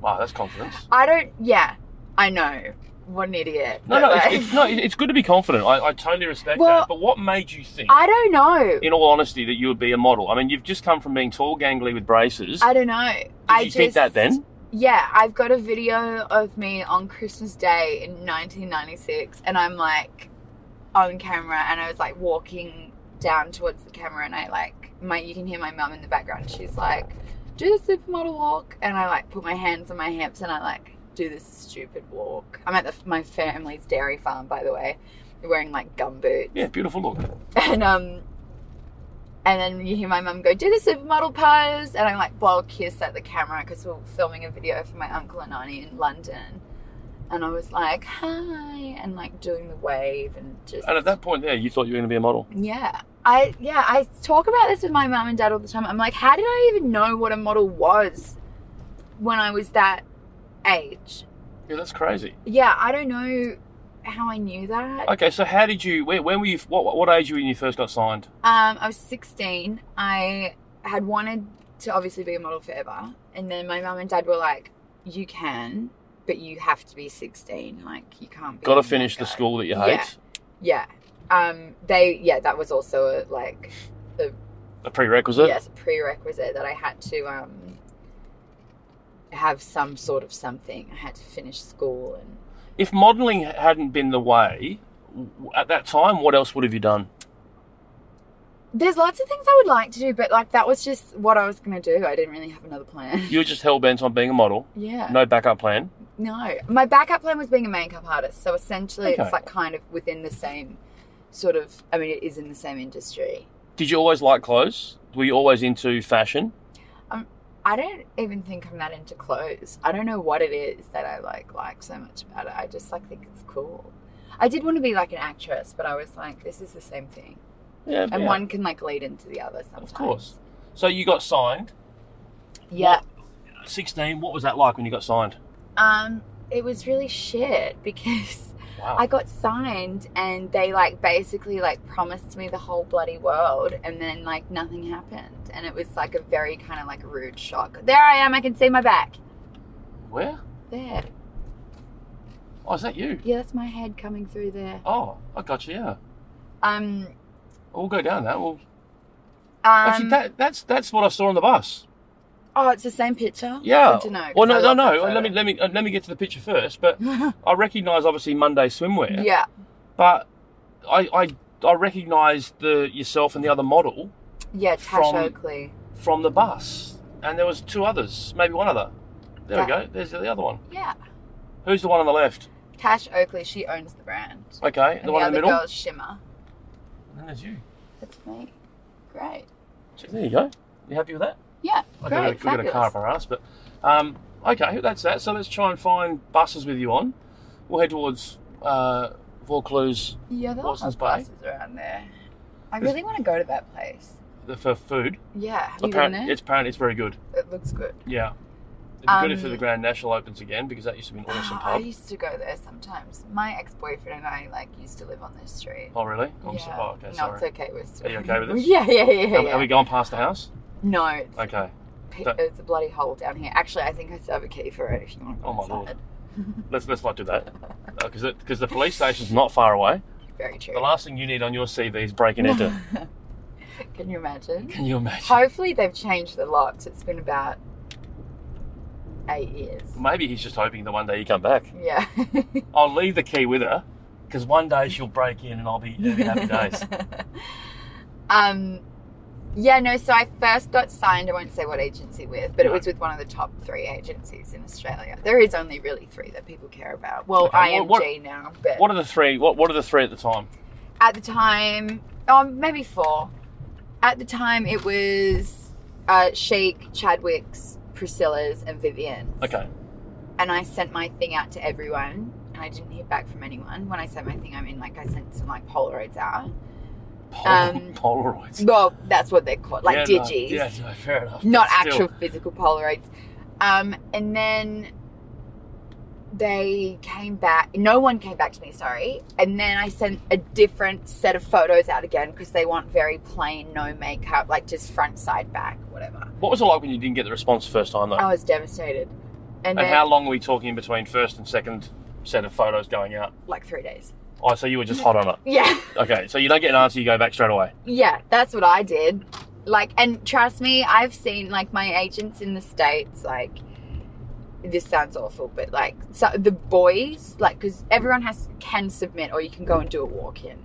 Speaker 1: Wow, that's confidence.
Speaker 2: I don't. Yeah, I know. What an idiot.
Speaker 1: No,
Speaker 2: But,
Speaker 1: no,
Speaker 2: like-
Speaker 1: it's, it's, no, it's good to be confident. I, I totally respect
Speaker 2: Well,
Speaker 1: that. But what made you think,
Speaker 2: I don't know.
Speaker 1: in all honesty, that you would be a model? I mean, you've just come from being tall, gangly with braces.
Speaker 2: I don't know.
Speaker 1: Did
Speaker 2: I
Speaker 1: you think that
Speaker 2: just-
Speaker 1: then?
Speaker 2: Yeah, I've got a video of me on Christmas Day in 1996, and I'm like on camera, and I was like walking down towards the camera, and I like my you can hear my mum in the background. She's like, "Do the supermodel walk," and I like put my hands on my hips, and I like do this stupid walk. I'm at the, my family's dairy farm, by the way, wearing like gumboots,
Speaker 1: Yeah, beautiful look.
Speaker 2: and um, And then you hear my mum go, do the supermodel pose. And I'm like, blow kiss at the camera because we we're filming a video for my uncle and auntie in London. And I was like, hi, and like doing the wave and just.
Speaker 1: And at that point, there, you thought you were going to be a model.
Speaker 2: Yeah. I yeah, I talk about this with my mum and dad all the time. I'm like, how did I even know what a model was when I was that age?
Speaker 1: Yeah, that's crazy.
Speaker 2: Yeah, I don't know how I knew that.
Speaker 1: Okay, so how did you? Where, when were you? What, what age were you when you first got signed?
Speaker 2: Um, I was 16. I had wanted to obviously be a model forever, and then my mum and dad were like, "You can, but you have to be 16. Like, you can't." be
Speaker 1: Got to
Speaker 2: a
Speaker 1: finish the
Speaker 2: model."
Speaker 1: school that you hate.
Speaker 2: Yeah. Yeah. Um. They yeah, that was also a, like
Speaker 1: A prerequisite.
Speaker 2: yes, a prerequisite that I had to um have some sort of something. I had to finish school and
Speaker 1: If modelling hadn't been the way w- at that time, what else would have you done?
Speaker 2: there's lots of things I would like to do, but like that was just what I was gonna do. I didn't really have another plan.
Speaker 1: You were just hell bent on being a model.
Speaker 2: <laughs> Yeah.
Speaker 1: No backup plan.
Speaker 2: No, my backup plan was being a makeup artist. So essentially,
Speaker 1: Okay.
Speaker 2: it's like kind of within the same sort of. I mean, it is in the same industry.
Speaker 1: Did you always like clothes? Were you always into fashion?
Speaker 2: I don't even think I'm that into clothes. I don't know what it is that I like like so much about it. I just like think it's cool. I did want to be like an actress, but I was like, this is the same thing,
Speaker 1: Yeah.
Speaker 2: and
Speaker 1: yeah,
Speaker 2: one can like lead into the other. Sometimes,
Speaker 1: Of course. So you got signed.
Speaker 2: Yeah.
Speaker 1: At 16. What was that like when you got signed?
Speaker 2: Um, it was really shit because
Speaker 1: Wow.
Speaker 2: I got signed and they like basically like promised me the whole bloody world and then like nothing happened and it was like a very kind of like rude shock. There I am, I can see my back.
Speaker 1: Where?
Speaker 2: There.
Speaker 1: Oh, is that you?
Speaker 2: Yeah, that's my head coming through there.
Speaker 1: Oh, I got you. Yeah.
Speaker 2: Um um
Speaker 1: We'll go down that. We'll actually that that's that's what I saw on the bus.
Speaker 2: Oh, it's the same picture?
Speaker 1: Yeah.
Speaker 2: Good to know. 'cause
Speaker 1: Well,
Speaker 2: I
Speaker 1: no, no,
Speaker 2: love
Speaker 1: no.
Speaker 2: that
Speaker 1: Let me let me uh, let me get to the picture first. But
Speaker 2: <laughs> photo.
Speaker 1: I recognise obviously Monday swimwear.
Speaker 2: yeah.
Speaker 1: But I I I recognise the yourself and the other model
Speaker 2: Yeah, Tash
Speaker 1: From-
Speaker 2: Oakley.
Speaker 1: from the bus, and there was two others, maybe one other. There we
Speaker 2: Yeah.
Speaker 1: go. There's the other one.
Speaker 2: Yeah.
Speaker 1: Who's the one on the left?
Speaker 2: Tash Oakley, she owns the brand.
Speaker 1: Okay, the
Speaker 2: And the,
Speaker 1: one in
Speaker 2: other
Speaker 1: the middle.
Speaker 2: girl's Shimmer.
Speaker 1: And then there's you.
Speaker 2: That's me. Great.
Speaker 1: So There you go. You happy with that?
Speaker 2: Yeah.
Speaker 1: I
Speaker 2: great.
Speaker 1: got, a, we got a
Speaker 2: fabulous.
Speaker 1: car up our ass, but um, okay, that's that. So let's try and find buses with you on. We'll head towards uh, Vaucluse
Speaker 2: Yeah, there
Speaker 1: Watson's Bay.
Speaker 2: are places around there. I really want to go to that place.
Speaker 1: for food.
Speaker 2: Yeah, have you
Speaker 1: Apparent-
Speaker 2: been there?
Speaker 1: It's apparently it's very good.
Speaker 2: It looks good.
Speaker 1: Yeah. It'd be good if
Speaker 2: Um,
Speaker 1: the Grand National opens again because that used to be an awesome
Speaker 2: Oh, <sighs> I
Speaker 1: pub.
Speaker 2: used to go there sometimes. My ex-boyfriend and I like used to live on this street.
Speaker 1: Oh, really? I'm so-
Speaker 2: Yeah.
Speaker 1: oh, okay,
Speaker 2: no,
Speaker 1: sorry.
Speaker 2: it's okay. We're still
Speaker 1: Are you okay
Speaker 2: <laughs>
Speaker 1: with this?
Speaker 2: Yeah, yeah, yeah. yeah,
Speaker 1: Have, have we gone past the house?
Speaker 2: No, it's,
Speaker 1: Okay.
Speaker 2: pe-
Speaker 1: don't-
Speaker 2: it's a bloody hole down here. Actually, I think I still have a key for it. If you want. to go
Speaker 1: Oh, my lord.
Speaker 2: inside.
Speaker 1: Let's let's not do that Uh, because because the police station's not far away.
Speaker 2: Very true.
Speaker 1: The last thing you need on your CV is break and
Speaker 2: <laughs>
Speaker 1: enter.
Speaker 2: Can you imagine?
Speaker 1: Can you imagine?
Speaker 2: Hopefully, they've changed the locks. It's been about eight years.
Speaker 1: Maybe he's just hoping that one day you come back.
Speaker 2: Yeah. <laughs>
Speaker 1: I'll leave the key with her because one day she'll break in and I'll be it'll be happy days.
Speaker 2: <laughs> um, yeah, no. So I first got signed. I won't say what agency with, but it
Speaker 1: No.
Speaker 2: was with one of the top three agencies in Australia. There is only really three that people care about. Well,
Speaker 1: Okay,
Speaker 2: IMG
Speaker 1: what- what-
Speaker 2: now, but
Speaker 1: What are the three? What What are the three at the time?
Speaker 2: at the time, oh, maybe four. At the time, it was uh, Sheik, Chadwick's, Priscilla's, and Vivian's.
Speaker 1: Okay.
Speaker 2: and I sent my thing out to everyone, and I didn't hear back from anyone. When I sent my thing, I mean like I sent some like Polaroids out.
Speaker 1: Pol-
Speaker 2: Um,
Speaker 1: Polaroids.
Speaker 2: Well, that's what they're called, like
Speaker 1: Yeah, no,
Speaker 2: digis,
Speaker 1: yeah, no, fair enough.
Speaker 2: not
Speaker 1: but still.
Speaker 2: actual physical Polaroids. Um, and then they came back. No one came back to me. Sorry. And then I sent a different set of photos out again because they want very plain, no makeup, like just front, side, back, whatever.
Speaker 1: What was it like when you didn't get the response the first time though?
Speaker 2: I was devastated. And,
Speaker 1: and
Speaker 2: then,
Speaker 1: how long were we talking in between first and second set of photos going out?
Speaker 2: like three days. <laughs>
Speaker 1: Oh, so you were just hot on it.
Speaker 2: Yeah.
Speaker 1: Okay, so you don't get an answer, you go back straight away.
Speaker 2: yeah, that's what I did. Like, and trust me, I've seen like my agents in the states. Like, this sounds awful, but like, so the boys, like, because everyone has can submit, or you can go and do a walk in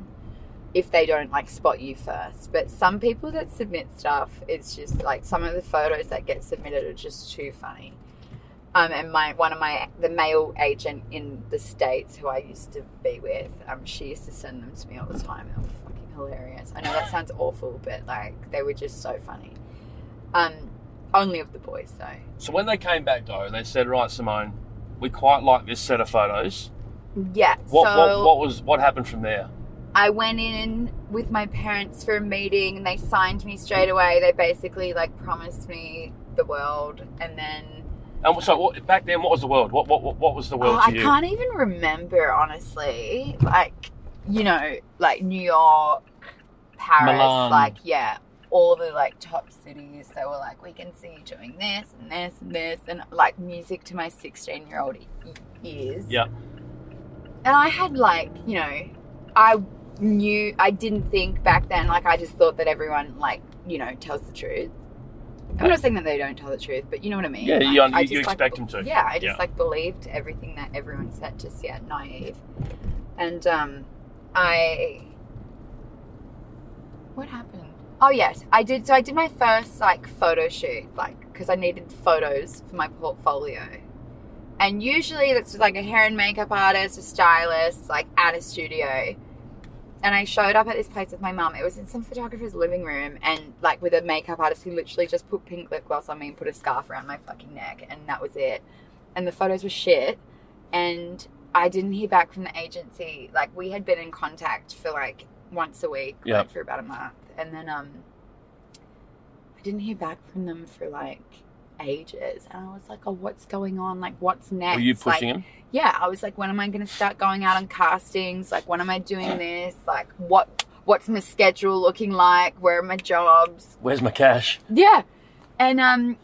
Speaker 2: if they don't like spot you first. But some people that submit stuff, it's just like some of the photos that get submitted are just too funny. Um, and my one of my the male agent in the states who I used to be with, um, she used to send them to me all the time. They were fucking hilarious. I know that sounds awful, but like they were just so funny. Um, only of the boys though.
Speaker 1: So when they came back though, they said, "Right, Simone, we quite like this set of photos."
Speaker 2: Yeah.
Speaker 1: What,
Speaker 2: so
Speaker 1: what, what was what happened from there?
Speaker 2: I went in with my parents for a meeting and they signed me straight away. They basically like promised me the world and then
Speaker 1: And so what, back then, what was the world? What what what, what was the world
Speaker 2: Oh, I
Speaker 1: to you?
Speaker 2: can't even remember honestly. Like, you know, like New York, Paris,
Speaker 1: Milan.
Speaker 2: like yeah, all the like top cities. They were like, we can see you doing this and this and this and like music to my sixteen-year-old e- ears.
Speaker 1: Yep.
Speaker 2: And I had like, you know, I knew I didn't think back then. Like, I just thought that everyone like, you know, tells the truth. I'm not saying that they don't tell the truth, but you know what I mean.
Speaker 1: Yeah,
Speaker 2: Like,
Speaker 1: you-
Speaker 2: I
Speaker 1: you
Speaker 2: just,
Speaker 1: expect
Speaker 2: be-
Speaker 1: them to.
Speaker 2: Yeah, I just
Speaker 1: Yeah.
Speaker 2: like believed everything that everyone said, just yeah, naive. And um, I, what happened? Oh yes, I did. So I did my first like photo shoot, like because I needed photos for my portfolio. And usually that's with, like a hair and makeup artist, a stylist, like at a studio. And I showed up at this place with my mum. It was in some photographer's living room and like with a makeup artist who literally just put pink lip gloss on me and put a scarf around my fucking neck and that was it. And the photos were shit. And I didn't hear back from the agency. Like we had been in contact for like once a week,
Speaker 1: Yeah.
Speaker 2: like, for about a month. And then um I didn't hear back from them for like ages. And I was like, Oh, what's going on? Like what's next?
Speaker 1: Were you
Speaker 2: Like,
Speaker 1: pushing him?
Speaker 2: yeah i was like when am i going to start going out on castings like when am i doing this like what what's my schedule looking like where are my jobs
Speaker 1: Where's my cash?
Speaker 2: yeah and um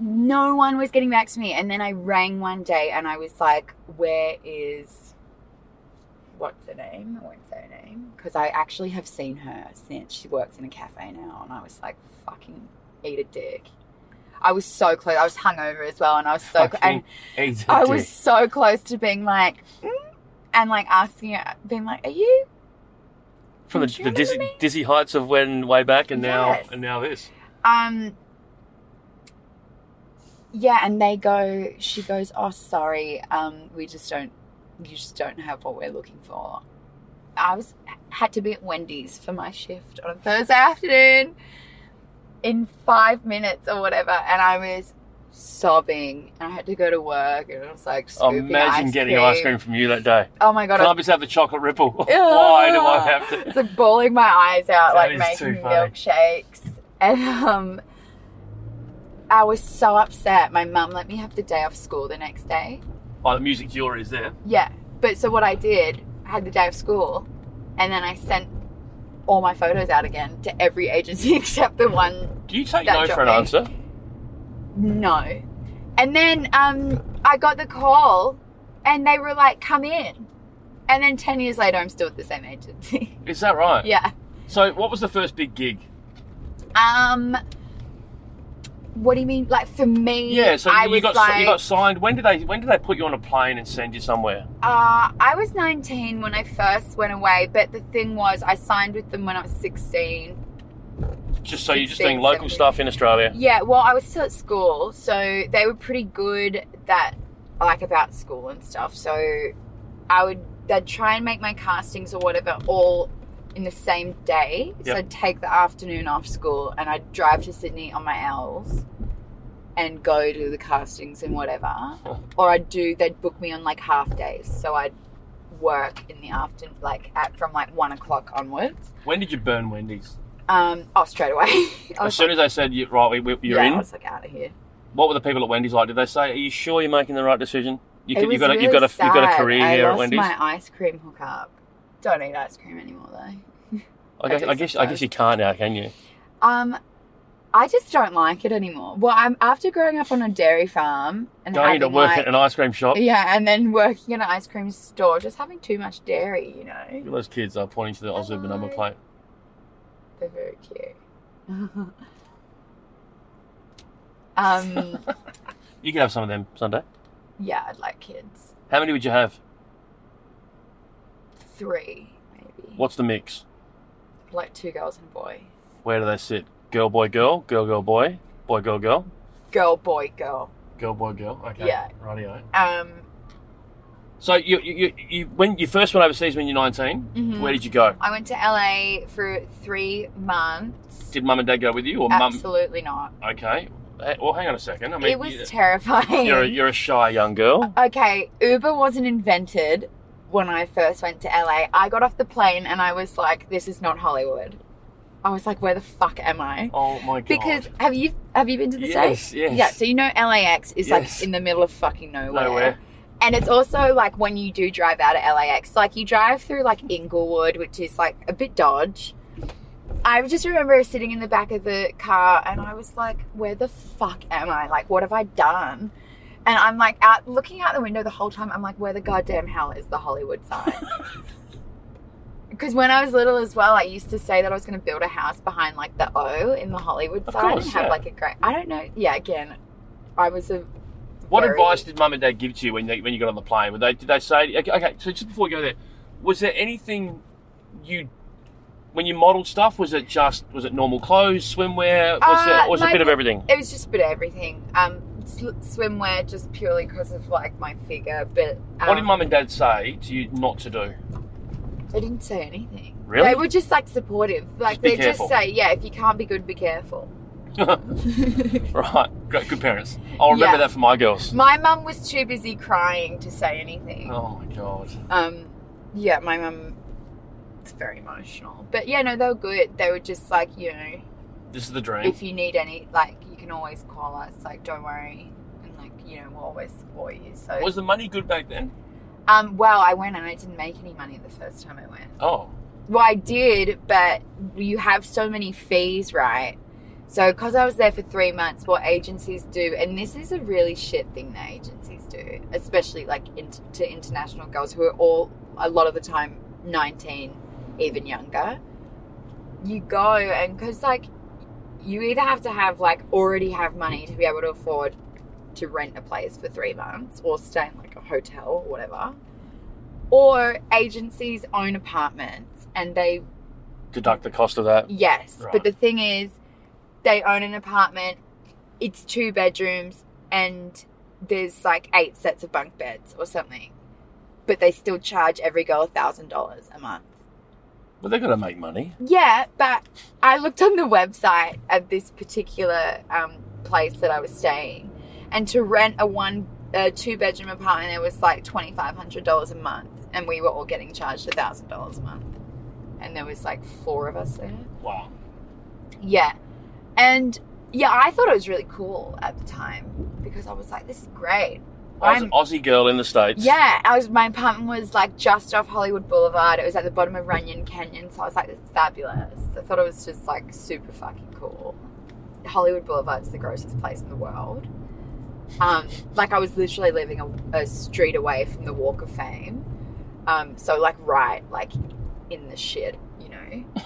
Speaker 2: no one was getting back to me and then i rang one day and i was like where is what's her name what's her name because i actually have seen her since she works in a cafe now and i was like fucking eat a dick i was so close i was hungover as well and i was so cl- and
Speaker 1: Fucking easy
Speaker 2: I
Speaker 1: dick.
Speaker 2: was so close to being like, mm, and like asking, her, being like, "Are you?"
Speaker 1: from the,
Speaker 2: Do you
Speaker 1: the dizzy,
Speaker 2: remember me?
Speaker 1: dizzy heights of when way back and now
Speaker 2: Yes.
Speaker 1: and now this.
Speaker 2: Um, yeah, and they go. She goes, "Oh, sorry. Um, we just don't. You just don't have what we're looking for." I was had to be at Wendy's for my shift on a Thursday afternoon in five minutes or whatever, and I was sobbing, and I had to go to work, and I was like, scooping
Speaker 1: Imagine
Speaker 2: ice
Speaker 1: getting
Speaker 2: cream.
Speaker 1: ice cream from you that day.
Speaker 2: Oh my god,
Speaker 1: Can
Speaker 2: I
Speaker 1: I just have the chocolate ripple? <laughs> Why do
Speaker 2: <laughs>
Speaker 1: I have to?
Speaker 2: It's like bawling my eyes
Speaker 1: That
Speaker 2: out, like
Speaker 1: is
Speaker 2: making
Speaker 1: too funny.
Speaker 2: milkshakes. And um, I was so upset. My mum let me have the day off school the next day.
Speaker 1: Oh, the music jewelry is there.
Speaker 2: Yeah. But so what I did, I had the day of school, and then I sent all my photos out again to every <laughs> agency except the one
Speaker 1: Do you take
Speaker 2: That
Speaker 1: no
Speaker 2: dropped
Speaker 1: for an
Speaker 2: me.
Speaker 1: answer?
Speaker 2: no. And then um, I got the call, and they were like, come in. And then 10 years later, I'm still at the same agency. <laughs>
Speaker 1: Is that right?
Speaker 2: yeah.
Speaker 1: So, what was the first big gig?
Speaker 2: Um, what do you mean? Like for me,
Speaker 1: Yeah, so
Speaker 2: I
Speaker 1: you
Speaker 2: was
Speaker 1: got
Speaker 2: like,
Speaker 1: you got signed. When did they when did they put you on a plane and send you somewhere?
Speaker 2: uh, I was 19 when I first went away, but the thing was, I signed with them when I was 16.
Speaker 1: Just so you're just
Speaker 2: 16,
Speaker 1: doing local
Speaker 2: 17.
Speaker 1: stuff in Australia.
Speaker 2: Yeah, well, I was still at school, so they were pretty good that like about school and stuff. So I would they'd try and make my castings or whatever all in the same day. So
Speaker 1: Yep.
Speaker 2: I'd take the afternoon off school and I'd drive to Sydney on my L's and go to the castings
Speaker 1: <laughs>
Speaker 2: and whatever. Or I'd do they'd book me on like half days. So I'd work in the afternoon like at from like one o'clock onwards.
Speaker 1: When did you burn Wendy's?
Speaker 2: Um oh straight away. <laughs> I
Speaker 1: As
Speaker 2: was
Speaker 1: soon as they said you, right, we, we, you're
Speaker 2: yeah, I
Speaker 1: in.
Speaker 2: was like out of here.
Speaker 1: What were the people at Wendy's like? Did they say, "Are you sure you're making the right decision? You,
Speaker 2: It
Speaker 1: could-
Speaker 2: was
Speaker 1: you've got a, you've
Speaker 2: really
Speaker 1: got a you've got a
Speaker 2: sad.
Speaker 1: career
Speaker 2: I
Speaker 1: here
Speaker 2: lost
Speaker 1: at Wendy's."
Speaker 2: my ice cream hookup. Don't eat ice cream anymore though.
Speaker 1: I guess,
Speaker 2: do
Speaker 1: I guess I
Speaker 2: sometimes.
Speaker 1: guess you can't now, can you?
Speaker 2: Um, I just don't like it anymore. Well, I'm after growing up on a dairy farm and
Speaker 1: Going
Speaker 2: having
Speaker 1: to work
Speaker 2: like,
Speaker 1: at an ice cream
Speaker 2: <laughs>
Speaker 1: shop.
Speaker 2: yeah, and then working in an ice cream store, just having too much dairy, you know.
Speaker 1: Look at Those kids are pointing to the Aussie
Speaker 2: Hello.
Speaker 1: number plate.
Speaker 2: They're very cute. <laughs>
Speaker 1: <laughs>
Speaker 2: um,
Speaker 1: You can have some of them Sunday.
Speaker 2: yeah, I'd like kids.
Speaker 1: How many would you have?
Speaker 2: Three, maybe.
Speaker 1: What's the mix?
Speaker 2: Like two girls and a boy.
Speaker 1: Where do they sit? Girl, boy, girl, girl, girl, boy, boy, girl, girl,
Speaker 2: Girl, boy, girl.
Speaker 1: girl, boy, girl. Okay.
Speaker 2: Yeah.
Speaker 1: Rightio.
Speaker 2: Um,
Speaker 1: So you, you, you, you when you first went overseas when you're 19,
Speaker 2: Mhm.
Speaker 1: where did you go?
Speaker 2: I went to LA for three months.
Speaker 1: Did mum and dad go with you, or mum?
Speaker 2: Absolutely not.
Speaker 1: Okay. Hey, Well, hang on a second. I mean,
Speaker 2: it was
Speaker 1: you-
Speaker 2: terrifying.
Speaker 1: you're a, you're a shy young girl.
Speaker 2: <laughs> okay, Uber wasn't invented when I first went to LA. I got off the plane and I was like, this is not Hollywood. I was like, where the fuck am I?
Speaker 1: Oh my god.
Speaker 2: Because have you have you been to the
Speaker 1: yes,
Speaker 2: States?
Speaker 1: yes.
Speaker 2: Yeah, so you know LAX is
Speaker 1: Yes.
Speaker 2: like in the middle of fucking nowhere.
Speaker 1: nowhere.
Speaker 2: And it's also like when you do drive out of LAX, like you drive through like Inglewood, which is like a bit dodge. I just remember sitting in the back of the car and I was like, where the fuck am I? Like, what have I done? And I'm like out looking out the window the whole time. I'm like, where the goddamn hell is the
Speaker 1: <laughs>
Speaker 2: Hollywood sign? Because when I was little as well, I used to say that I was going to build a house behind like the O in the Hollywood
Speaker 1: Of
Speaker 2: sign
Speaker 1: course,
Speaker 2: and have
Speaker 1: yeah.
Speaker 2: like a great. I don't know. Yeah, again, I was a
Speaker 1: What
Speaker 2: very-
Speaker 1: advice did mum and dad give to you when they, when you got on the plane? Were they did they say okay, okay? So just before we go there, was there anything you when you modelled stuff? Was it just was it normal clothes, swimwear? Was
Speaker 2: Uh,
Speaker 1: it was it a
Speaker 2: my-
Speaker 1: bit of everything?
Speaker 2: It was just a bit of everything. Um, sl- swimwear just purely because of like my figure, but um,
Speaker 1: what did mum and dad say to you not to do? <laughs>
Speaker 2: They didn't say anything.
Speaker 1: Really?
Speaker 2: They were just like supportive. Like
Speaker 1: Just be
Speaker 2: they
Speaker 1: careful.
Speaker 2: just say, yeah, if you can't be good, be careful.
Speaker 1: right, great, good parents. I'll remember
Speaker 2: Yeah.
Speaker 1: that for my girls.
Speaker 2: my mum was too busy crying to say anything.
Speaker 1: Oh my god.
Speaker 2: Um, yeah, my mum is very emotional, but yeah, no, they were good. They were just like, you know,
Speaker 1: This is the dream.
Speaker 2: if you need any, like, you can always call us. Like, don't worry, and like, you know, we'll always support you. So
Speaker 1: Was the money good back then?
Speaker 2: Um, well, I went and I didn't make any money the first time I went.
Speaker 1: Oh,
Speaker 2: Well, I did, but you have so many fees, right? So, because I was there for three months, what agencies do, and this is a really shit thing that agencies do, especially like in, to international girls who are all, a lot of the time, 19, even younger. You go, and because like you either have to have like already have money to be able to afford to rent a place for three months or stay in like a hotel or whatever, or agencies own apartments and they
Speaker 1: deduct the cost of that.
Speaker 2: Yes,
Speaker 1: Right.
Speaker 2: but the thing is, they own an apartment. It's two bedrooms, and there's like eight sets of bunk beds or something. But they still charge every girl a thousand dollars a month.
Speaker 1: But they're gonna make money.
Speaker 2: Yeah, but I looked on the website of this particular um, place that I was staying, and to rent a one, a two bedroom apartment, it was like twenty five hundred dollars a month, and we were all getting charged a thousand dollars a month, and there was like four of us there.
Speaker 1: Wow.
Speaker 2: Yeah. And yeah, I thought it was really cool at the time because I was like, this is great.
Speaker 1: I was an
Speaker 2: I'm-
Speaker 1: Aussie girl in the States.
Speaker 2: yeah, I was my apartment was like just off Hollywood Boulevard. It was at the bottom of Runyon Canyon, so I was like, this is fabulous. I thought it was just like super fucking cool. Hollywood Boulevard's the grossest place in the world. Um, like I was literally living a, a street away from the Walk of Fame. Um, so like right, like in the shit,
Speaker 1: <laughs>
Speaker 2: you know.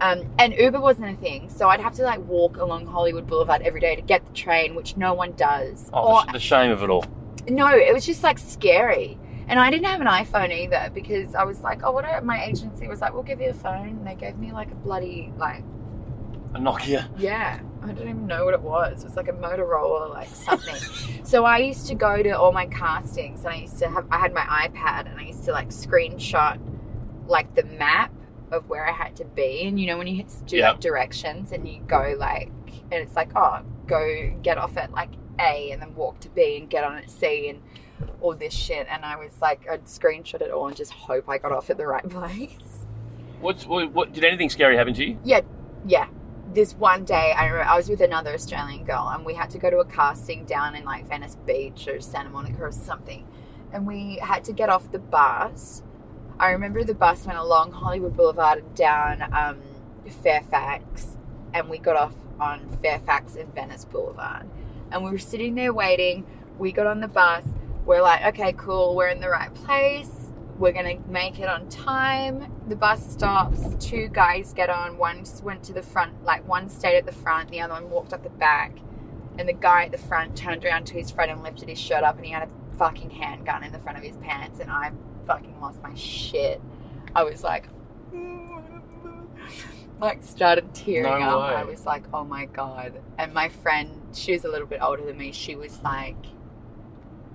Speaker 2: Um, and Uber wasn't a thing, so I'd have to like walk along Hollywood Boulevard every day to get the train, which no one does.
Speaker 1: Oh,
Speaker 2: or
Speaker 1: the, sh- the shame of it all.
Speaker 2: no, it was just like scary. And I didn't have an iPhone either because I was like, oh, what? Are, my agency was like, we'll give you a phone. And they gave me like a bloody, like,
Speaker 1: A Nokia.
Speaker 2: yeah, I don't even know what it was. It was like a Motorola, like something. so I used to go to all my castings and I used to have, I had my iPad and I used to like screenshot like the map of where I had to be. And you know, when you hit do
Speaker 1: Yeah.
Speaker 2: like directions and you go like, and it's like, oh, go get off at like A and then walk to B and get on at C and all this shit. And I was like, I'd screenshot it all and just hope I got off at the right <laughs> place.
Speaker 1: What's what, what? Did anything scary happen to you?
Speaker 2: yeah this one day i remember i was with another australian girl and we had to go to a casting down in like venice beach or santa monica or something and we had to get off the bus i remember the bus went along hollywood boulevard and down um, fairfax and we got off on fairfax and venice boulevard and we were sitting there waiting we got on the bus we're like okay cool we're in the right place we're gonna make it on time. The bus stops. Two guys get on. One just went to the front, like one stayed at the front, the other one walked up the back. And the guy at the front turned around to his friend and lifted his shirt up, and he had a fucking handgun in the front of his pants. And I fucking lost my shit. I was like, <laughs> like started tearing
Speaker 1: No
Speaker 2: up.
Speaker 1: way.
Speaker 2: I was like, oh my god. And my friend, she was a little bit older than me. She was like,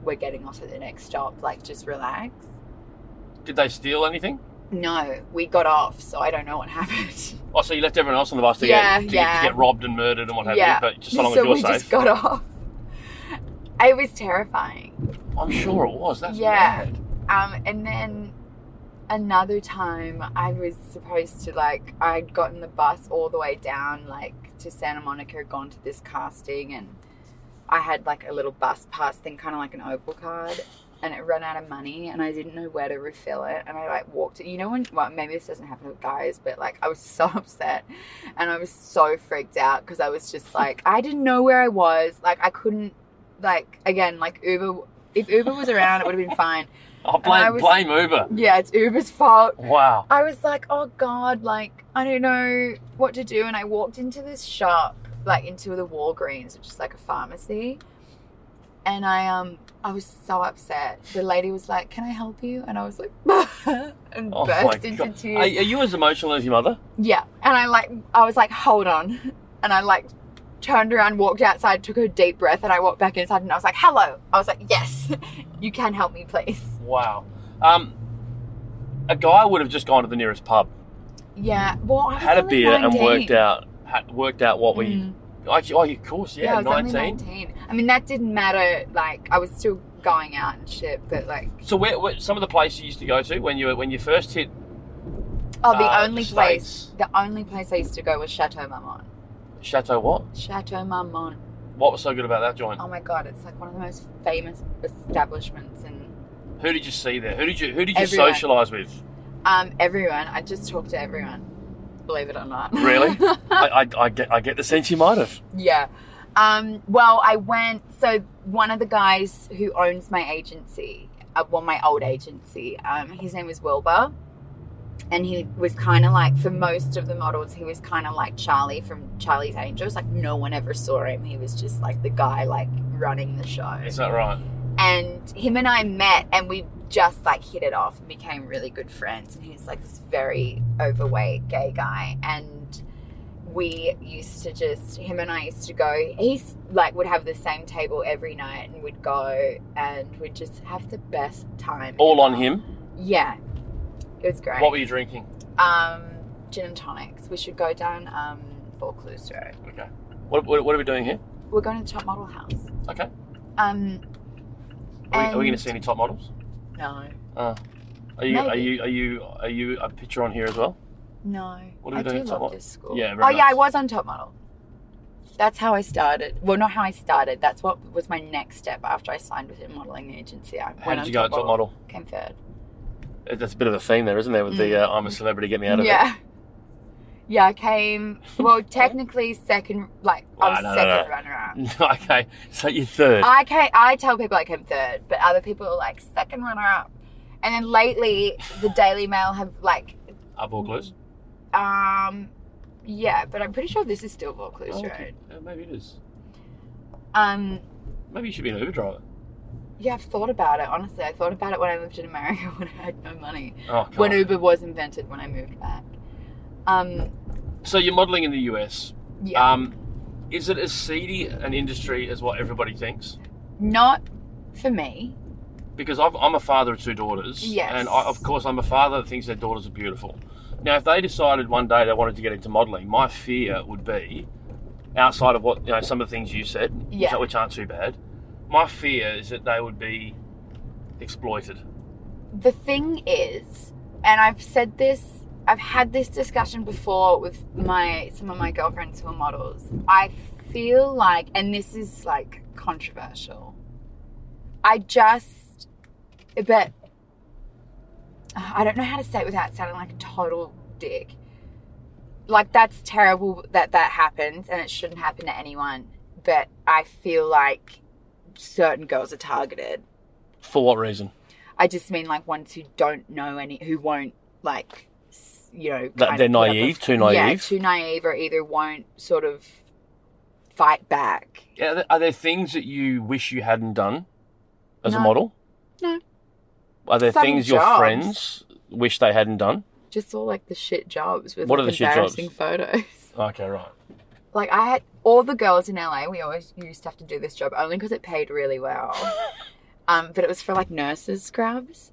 Speaker 2: we're getting off at the next stop. Like, just relax.
Speaker 1: Did they steal anything?
Speaker 2: No, we got off, so I don't know what happened.
Speaker 1: Oh, so you left everyone else on the bus to,
Speaker 2: Yeah,
Speaker 1: get, to, get-
Speaker 2: yeah.
Speaker 1: to get robbed and murdered and what have
Speaker 2: Yeah.
Speaker 1: you, but
Speaker 2: <laughs>
Speaker 1: just so long
Speaker 2: so
Speaker 1: as you're
Speaker 2: we
Speaker 1: safe.
Speaker 2: just got off. It was terrifying.
Speaker 1: I'm sure it was. That's
Speaker 2: Yeah.
Speaker 1: mad.
Speaker 2: Um, and then another time, I was supposed to like I'd gotten the bus all the way down like to Santa Monica, gone to this casting, and I had like a little bus pass thing, kind of like an Opal card, and it ran out of money, and I didn't know where to refill it, and I like walked. You know when? Well, maybe this doesn't happen with guys, but like I was <laughs> so upset, and I was so freaked out because I was just like I didn't know where I was, like I couldn't, like again, like Uber. If Uber was around, it would have been fine.
Speaker 1: I
Speaker 2: And I
Speaker 1: Oh, blame,
Speaker 2: was-
Speaker 1: blame Uber.
Speaker 2: Yeah, it's Uber's fault.
Speaker 1: Wow.
Speaker 2: I was like, oh God, like, I don't know what to do. And I walked into this shop, like into the Walgreens, which is like a pharmacy. And I um I was so upset. The lady was like, Can I help you? And I was like <laughs> and
Speaker 1: Oh my
Speaker 2: burst into
Speaker 1: God. Are, are
Speaker 2: tears.
Speaker 1: you as emotional as your mother?
Speaker 2: yeah. And I like I was like, hold on. <laughs> And I like turned around, walked outside, took a deep breath, and I walked back inside and I was like, Hello. I was like, Yes, <laughs> you can help me, please.
Speaker 1: Wow. Um, a guy would have just gone to the nearest pub,
Speaker 2: Yeah. Well, I was
Speaker 1: had a
Speaker 2: only
Speaker 1: beer,
Speaker 2: 19.
Speaker 1: and worked out had worked out what
Speaker 2: Mm.
Speaker 1: we. Actually, oh, of course, yeah,
Speaker 2: I was only
Speaker 1: 19.
Speaker 2: 19. I mean, that didn't matter. Like, I was still going out and shit, but like,
Speaker 1: So, where, where, some of the places you used to go to when you were- when you first hit
Speaker 2: oh, the
Speaker 1: Uh,
Speaker 2: only
Speaker 1: the
Speaker 2: place,
Speaker 1: States.
Speaker 2: the only place I used to go was Chateau Marmont.
Speaker 1: Chateau, what?
Speaker 2: Chateau Marmont.
Speaker 1: What was so good about that joint?
Speaker 2: Oh my god, it's like one of the most famous establishments and.
Speaker 1: Who did you see there? Who did you who did you
Speaker 2: Everyone.
Speaker 1: socialise with?
Speaker 2: <laughs> Um, everyone, I just talk to everyone, believe it or not. <laughs>
Speaker 1: Really? I, I, I get I get the sense you might have.
Speaker 2: Yeah. Um, well, I went. So one of the guys who owns my agency, uh, well, my old agency, um, his name was Wilbur, and he was kind of like for most of the models, he was kind of like Charlie from Charlie's Angels. Like no one ever saw him. He was just like the guy like running the show.
Speaker 1: Is that right?
Speaker 2: And him and I met, and we just like hit it off and became really good friends. And he's like this very overweight gay guy, and we used to just him and I used to go. He's like would have the same table every night, and we'd go and we'd just have the best time.
Speaker 1: All on him.
Speaker 2: Yeah, it was great.
Speaker 1: What were you drinking?
Speaker 2: um, gin and tonics. We should go down um, Vaucluse Road.
Speaker 1: Okay. What, what, what are we doing here?
Speaker 2: We're going to the Top Model House.
Speaker 1: Okay.
Speaker 2: Um,
Speaker 1: Are we, are we going
Speaker 2: and-
Speaker 1: to see any top models?
Speaker 2: No,
Speaker 1: Are you are
Speaker 2: Maybe.
Speaker 1: you are you are you a picture on here as well?
Speaker 2: no.
Speaker 1: What are we
Speaker 2: I
Speaker 1: doing
Speaker 2: do
Speaker 1: at Top
Speaker 2: love
Speaker 1: Model?
Speaker 2: this school.
Speaker 1: Yeah,
Speaker 2: Oh
Speaker 1: very
Speaker 2: yeah,
Speaker 1: nice.
Speaker 2: I was on Top Model. That's how I started. Well, not how I started. That's what was my next step after I signed with a modeling agency. I
Speaker 1: How
Speaker 2: went
Speaker 1: did
Speaker 2: on
Speaker 1: you go at top model?
Speaker 2: Came third.
Speaker 1: Uh, That's a bit of a theme there, isn't there? With the uh, I'm a celebrity, get me out of
Speaker 2: Mm. yeah. Yeah, I came.
Speaker 1: <laughs>
Speaker 2: Well, technically second, like I
Speaker 1: Wow,
Speaker 2: was
Speaker 1: no, no,
Speaker 2: second
Speaker 1: no.
Speaker 2: runner up.
Speaker 1: it. <laughs> okay. So you're third.
Speaker 2: I came. I tell people I came third, but other people are like second runner up. And then lately,
Speaker 1: <laughs>
Speaker 2: the Daily Mail have like,
Speaker 1: Up or close?
Speaker 2: um, yeah, but I'm pretty sure this is still Vaucluse
Speaker 1: Oh, okay.
Speaker 2: Road.
Speaker 1: Yeah, maybe it is.
Speaker 2: Um,
Speaker 1: Maybe you should be an Uber driver.
Speaker 2: yeah, I've thought about it. Honestly, I thought about it when I lived in America <laughs> when I had no money.
Speaker 1: Oh, God.
Speaker 2: When Uber was invented, when I moved back. Um,
Speaker 1: so you're modelling in the US.
Speaker 2: yeah,
Speaker 1: Um, is it as seedy an industry as what everybody thinks?
Speaker 2: not for me.
Speaker 1: Because I've, I'm a father of two daughters.
Speaker 2: Yes.
Speaker 1: And I, of course, I'm a father that thinks their daughters are beautiful. Now, if they decided one day they wanted to get into modelling, my fear would be, outside of what you know, some of the things you said, which-
Speaker 2: Yeah.
Speaker 1: which aren't too bad. My fear is that they would be exploited.
Speaker 2: the thing is, and I've said this, I've had this discussion before with my some of my girlfriends who are models. I feel like, and this is like controversial. I just, but I don't know how to say it without sounding like a total dick. Like that's terrible that that happens, and it shouldn't happen to anyone. But I feel like certain girls are targeted.
Speaker 1: For what reason?
Speaker 2: I just mean like ones who don't know any, who won't like, s- you know,
Speaker 1: That
Speaker 2: kind
Speaker 1: they're
Speaker 2: of put up
Speaker 1: naive,
Speaker 2: a-
Speaker 1: too
Speaker 2: Yeah,
Speaker 1: naive?
Speaker 2: too naive, or either won't sort of fight back.
Speaker 1: Are there, are there things that you wish you hadn't done as a
Speaker 2: No.
Speaker 1: model?
Speaker 2: No.
Speaker 1: Are there
Speaker 2: Some
Speaker 1: things your
Speaker 2: jobs.
Speaker 1: friends wish they hadn't done?
Speaker 2: Just all like the shit jobs with
Speaker 1: What
Speaker 2: like,
Speaker 1: are the shit jobs?
Speaker 2: embarrassing photos. <laughs>
Speaker 1: Okay, right.
Speaker 2: Like I
Speaker 1: <laughs>
Speaker 2: had all the girls in LA. We always used to have to do this job only because it paid really well. Um, but it was for like nurses scrubs.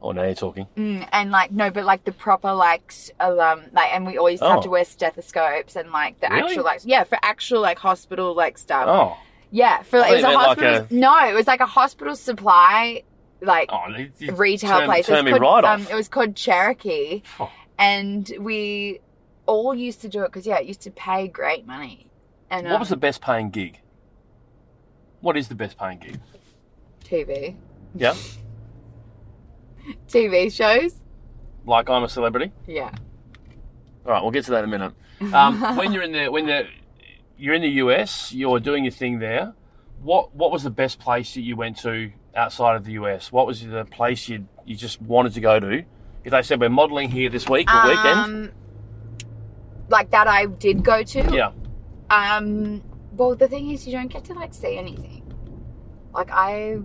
Speaker 1: Oh, now you're talking.
Speaker 2: Mm, and like no, but like the proper like s- um like, and we always have to
Speaker 1: Oh.
Speaker 2: wear stethoscopes and like the
Speaker 1: Really?
Speaker 2: actual like yeah for actual like hospital like stuff.
Speaker 1: Oh,
Speaker 2: Yeah, for
Speaker 1: I
Speaker 2: it was a
Speaker 1: thought you meant like
Speaker 2: hospital. No, it was like a hospital supply like
Speaker 1: oh, you- you
Speaker 2: retail
Speaker 1: turn-
Speaker 2: place.
Speaker 1: Turn
Speaker 2: it,
Speaker 1: me
Speaker 2: was
Speaker 1: right
Speaker 2: called,
Speaker 1: off.
Speaker 2: um, it was called Cherokee,
Speaker 1: Oh.
Speaker 2: and we all used to do it because yeah, it used to pay great money. And um,
Speaker 1: What was the best paying gig? What is the best paying gig?
Speaker 2: TV?
Speaker 1: Yeah,
Speaker 2: TV shows.
Speaker 1: like I'm a celebrity.
Speaker 2: Yeah.
Speaker 1: All right, we'll get to that in a minute.
Speaker 2: <laughs>
Speaker 1: Um, when you're in the when the you're in the US, you're doing your thing there. What what was the best place that you went to outside of the US? What was the place you you just wanted to go to? If they said we're modelling here this week or weekend,
Speaker 2: Um, like that, I did go to.
Speaker 1: yeah,
Speaker 2: Um, well, the thing is, you don't get to like see anything. Like I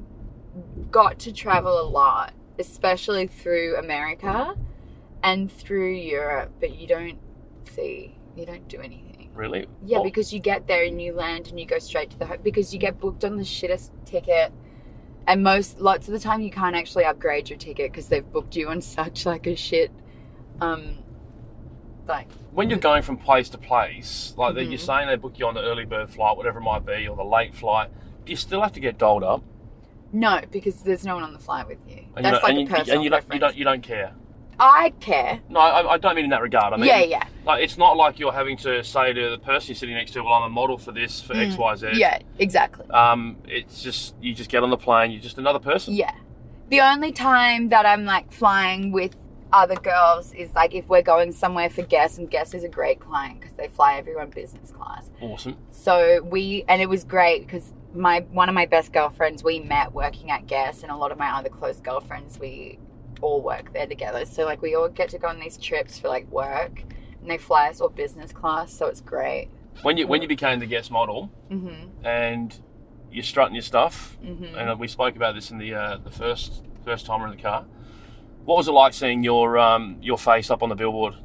Speaker 2: got to travel a lot, especially through America and through Europe, but you don't see, you don't do anything.
Speaker 1: really,
Speaker 2: Yeah,
Speaker 1: What-
Speaker 2: because you get there and you land and you go straight to the ho because you get booked on the shittest ticket. And most lots of the time you can't actually upgrade your ticket because they've booked you on <laughs> such like a shit um like
Speaker 1: when you're going from place to place, like that you're
Speaker 2: Mhm.
Speaker 1: saying they book you on the early bird flight, whatever it might be, or the late flight, do you still have to get doled up?
Speaker 2: No, because there's no one on the flight with you.
Speaker 1: And you
Speaker 2: That's
Speaker 1: don't-
Speaker 2: like
Speaker 1: and
Speaker 2: a
Speaker 1: you-
Speaker 2: personal
Speaker 1: and you don't, you
Speaker 2: preference.
Speaker 1: don't you don't care.
Speaker 2: I care.
Speaker 1: No, I, I don't mean in that regard. I mean,
Speaker 2: yeah, yeah,
Speaker 1: Like, it's not like you're having to say to the person you're sitting next to, "Well, I'm a model for this for X,
Speaker 2: Mm,
Speaker 1: Y, Z."
Speaker 2: yeah, exactly.
Speaker 1: Um, it's just you just get on the plane. You're just another person.
Speaker 2: Yeah. The only time that I'm like flying with other girls is like if we're going somewhere for Guess, and Guess is a great client because they fly everyone business class.
Speaker 1: Awesome.
Speaker 2: So we, and it was great because my one of my best girlfriends we met working at Guess, and a lot of my other close girlfriends we all work there together. So like we all get to go on these trips for like work, and they fly us all business class, so it's great.
Speaker 1: When you when you became the guest model
Speaker 2: Mhm.
Speaker 1: Mm-hmm, and you're strutting your stuff,
Speaker 2: Mhm.
Speaker 1: and we spoke about this in the uh, the first first time we're in the car. What was it like seeing your um, your face up on the billboard?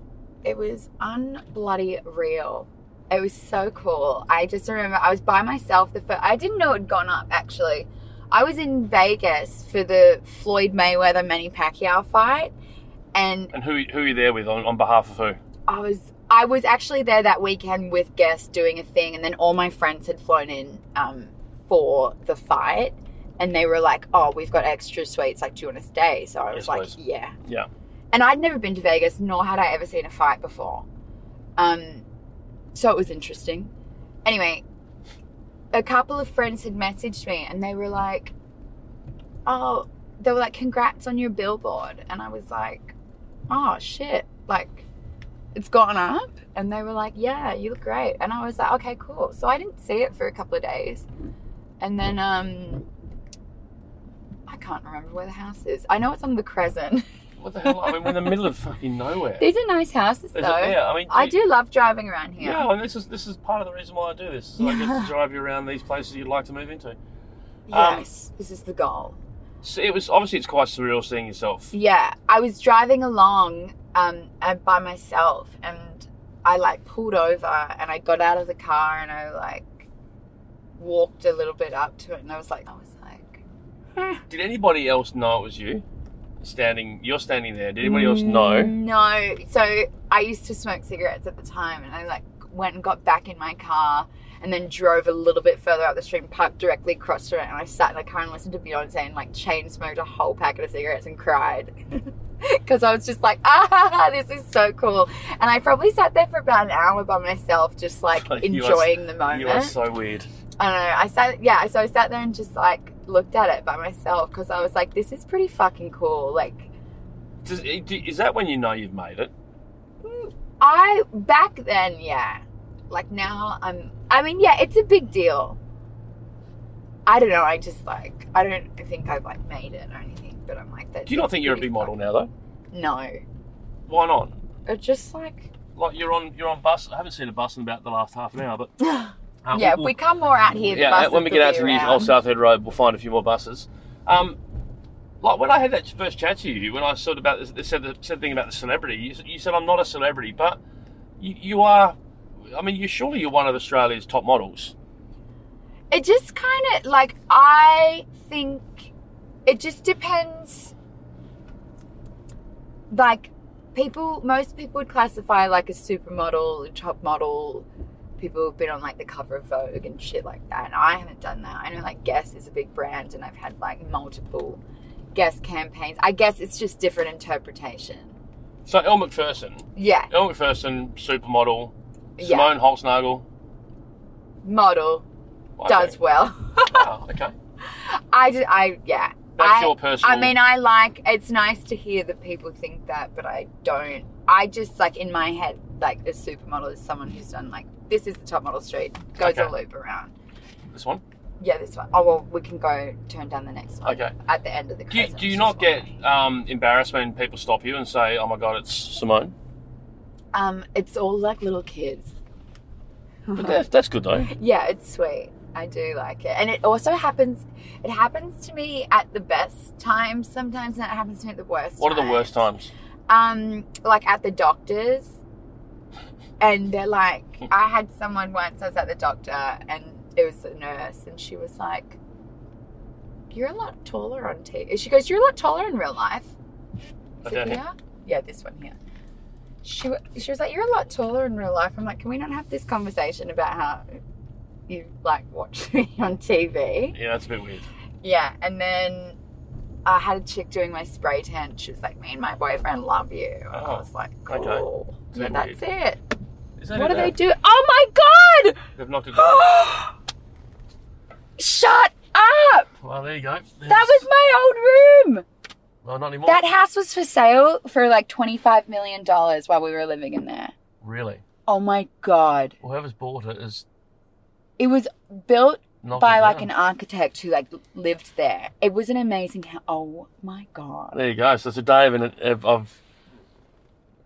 Speaker 2: It was unbloody real. It was so cool. I just remember I was by myself. The fir- I didn't know it had gone up actually. I was in Vegas for the Floyd Mayweather Manny Pacquiao fight, and
Speaker 1: And who who are you there with on, on behalf of who?
Speaker 2: I was I was actually there that weekend with guests doing a thing, and then all my friends had flown in um, for the fight, and they were like, "Oh, we've got extra suites. Like, do you want to stay?" So I was
Speaker 1: Yes,
Speaker 2: like,
Speaker 1: please.
Speaker 2: "Yeah,
Speaker 1: Yeah.
Speaker 2: And I'd never been to Vegas, nor had I ever seen a fight before, um, so it was interesting. Anyway, a couple of friends had messaged me, and they were like, "Oh, they were like, congrats on your billboard," and I was like, "Oh shit!" Like it's gone up and they were like yeah you look great and i was like okay cool so i didn't see it for a couple of days and then um i can't remember where the house is i know it's on the crescent <laughs>
Speaker 1: What the hell? I mean, we're in the middle <laughs> of fucking nowhere.
Speaker 2: these are nice houses though
Speaker 1: There's a- yeah, I mean,
Speaker 2: i
Speaker 1: you-
Speaker 2: do love driving around here
Speaker 1: Yeah, and this is this is part of the reason why I do this. So I get
Speaker 2: <laughs>
Speaker 1: to drive you around these places you'd like to move into. um,
Speaker 2: yes this is the goal
Speaker 1: So it was obviously it's quite surreal seeing yourself.
Speaker 2: Yeah, I was driving along um, and by myself, and I like pulled over and I got out of the car and I like walked a little bit up to it, and I was like, I was like,
Speaker 1: Did anybody else know it was you? Standing, you're standing there. Did anybody else know?
Speaker 2: Mm, No. So I used to smoke cigarettes at the time, and I like went and got back in my car. And then drove a little bit further up the street, and parked directly across from it, and I sat in the car and listened to Beyonce and like chain smoked a whole packet of cigarettes and cried <laughs> because I was just like, ah, <laughs> this is so cool. And I probably sat there for about an hour by myself, just like
Speaker 1: <laughs> You are s-
Speaker 2: enjoying the moment.
Speaker 1: You are so weird.
Speaker 2: I don't know. I sat, yeah, so I sat there and just like looked at it by myself because I was like, this is pretty fucking cool. Like,
Speaker 1: Does, it- do- is that when you know you've made it?
Speaker 2: I back then, yeah. Like now, I'm. I mean, yeah, it's a big deal. I don't know. I just like. I don't think I've like made it or anything, but I'm like that.
Speaker 1: Do you not think you're a big model now though?
Speaker 2: No,
Speaker 1: Why not?
Speaker 2: it's
Speaker 1: <sighs>
Speaker 2: just like.
Speaker 1: Like you're on you're on bus. I haven't seen a bus in about the last half an hour, but uh,
Speaker 2: yeah, if
Speaker 1: we'll-
Speaker 2: we come more out here. the
Speaker 1: Yeah,
Speaker 2: buses
Speaker 1: when we
Speaker 2: will
Speaker 1: get out
Speaker 2: be
Speaker 1: to the
Speaker 2: around.
Speaker 1: old South Head Road, we'll find a few more buses. Um, like when I had that first chat to you, when I said about this, this said the said the thing about the celebrity, you, s- you said I'm not a celebrity, but you, you are. I mean, you surely you're one of Australia's top models.
Speaker 2: it just kind of like I think It just depends. Like, people, most people would classify like a supermodel, a top model, people who've been on like the cover of Vogue and shit like that. And I haven't done that. I know like Guess is a big brand and I've had like multiple Guess campaigns. I guess it's just different interpretation.
Speaker 1: So Elle McPherson,
Speaker 2: Yeah,
Speaker 1: Elle McPherson, supermodel,
Speaker 2: Yeah.
Speaker 1: Simone Holznagel
Speaker 2: model
Speaker 1: okay.
Speaker 2: does well. <laughs>
Speaker 1: Wow, okay,
Speaker 2: I, ju- I, yeah.
Speaker 1: that's
Speaker 2: I,
Speaker 1: your personal.
Speaker 2: I mean, I like. It's nice to hear that people think that, but I don't. I just like in my head, like a supermodel is someone who's done like this is the top model street, goes
Speaker 1: Okay.
Speaker 2: a loop around.
Speaker 1: this one.
Speaker 2: Yeah, this one. Oh well, we can go turn down the next one.
Speaker 1: Okay.
Speaker 2: At the end of the.
Speaker 1: Do you,
Speaker 2: crescent,
Speaker 1: do you
Speaker 2: it's
Speaker 1: not
Speaker 2: just one
Speaker 1: get um, embarrassed when people stop you and say, "Oh my God, it's Simone"?
Speaker 2: way. Um, it's all like little kids.
Speaker 1: But that's, that's good though.
Speaker 2: <laughs> Yeah, it's sweet. I do like it, and it also happens. It happens to me at the best times. Sometimes, and it happens to me at the worst.
Speaker 1: What are the worst
Speaker 2: times?
Speaker 1: times?
Speaker 2: um like at the doctors and they're like i had someone once i was at the doctor and it was a nurse and she was like you're a lot taller on TV. She goes, You're a lot taller in real life. Is
Speaker 1: Like
Speaker 2: it
Speaker 1: down here?
Speaker 2: here? Yeah, this one here. She, wa- she was like, You're a lot taller in real life. I'm like, Can we not have this conversation about how you like watch <laughs> me on TV?
Speaker 1: Yeah, that's a bit weird.
Speaker 2: Yeah, and then I had a chick doing my spray tan. She was like, "Me and my boyfriend love you." And I
Speaker 1: Oh,
Speaker 2: was like,
Speaker 1: okay.
Speaker 2: "Cool."
Speaker 1: Is
Speaker 2: Yeah,
Speaker 1: that
Speaker 2: that's it.
Speaker 1: Is that
Speaker 2: what
Speaker 1: it
Speaker 2: do they
Speaker 1: there?
Speaker 2: do? Oh my
Speaker 1: They've knocked it down.
Speaker 2: god! <gasps> Shut up!
Speaker 1: Well, there you go.
Speaker 2: That was my old room.
Speaker 1: well, not anymore.
Speaker 2: That house was for sale for like twenty-five million dollars while we were living in there.
Speaker 1: Really?
Speaker 2: Oh my god!
Speaker 1: Whoever's bought it is
Speaker 2: It was built
Speaker 1: knocked
Speaker 2: by
Speaker 1: it
Speaker 2: like
Speaker 1: down.
Speaker 2: an architect who like lived there. It was an amazing house. Oh my god!
Speaker 1: There you go. So it's a day of, an, of, of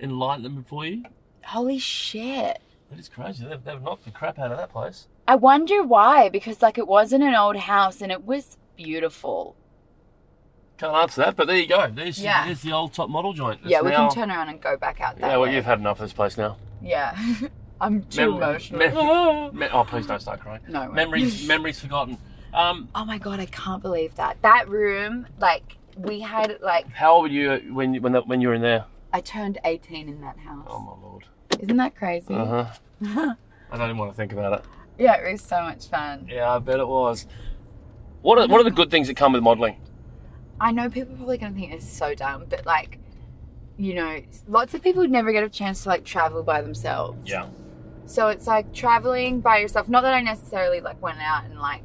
Speaker 1: enlightenment for you.
Speaker 2: Holy shit!
Speaker 1: That is crazy. They've, they've knocked the crap out of that place.
Speaker 2: I wonder why, because like it wasn't an old house and it was beautiful.
Speaker 1: Can't answer that, but there you go. There's,
Speaker 2: Yeah.
Speaker 1: there's the old top model joint. It's
Speaker 2: yeah, we
Speaker 1: now-
Speaker 2: can turn around and go back out that
Speaker 1: Yeah, well,
Speaker 2: way.
Speaker 1: you've had enough of this place now.
Speaker 2: Yeah. <laughs> I'm too
Speaker 1: Mem-
Speaker 2: emotional. <laughs>
Speaker 1: mem- me- oh, please don't start crying.
Speaker 2: no. way. <laughs>
Speaker 1: Memories, memories forgotten. Um,
Speaker 2: Oh my god, I can't believe that. That room, like we had like
Speaker 1: how old were you when you- when that, when you were in there?
Speaker 2: I turned 18 in that house.
Speaker 1: Oh my lord.
Speaker 2: Isn't that crazy?
Speaker 1: Uh huh.
Speaker 2: <laughs>
Speaker 1: I don't even want to think about it.
Speaker 2: Yeah, it was so much fun.
Speaker 1: Yeah, I bet it was. What are, what are the good things that come with modelling?
Speaker 2: I know people are probably going to think this is so dumb, but like you know, lots of people would never get a chance to like travel by themselves.
Speaker 1: Yeah.
Speaker 2: So it's like traveling by yourself. Not that I necessarily like went out and like,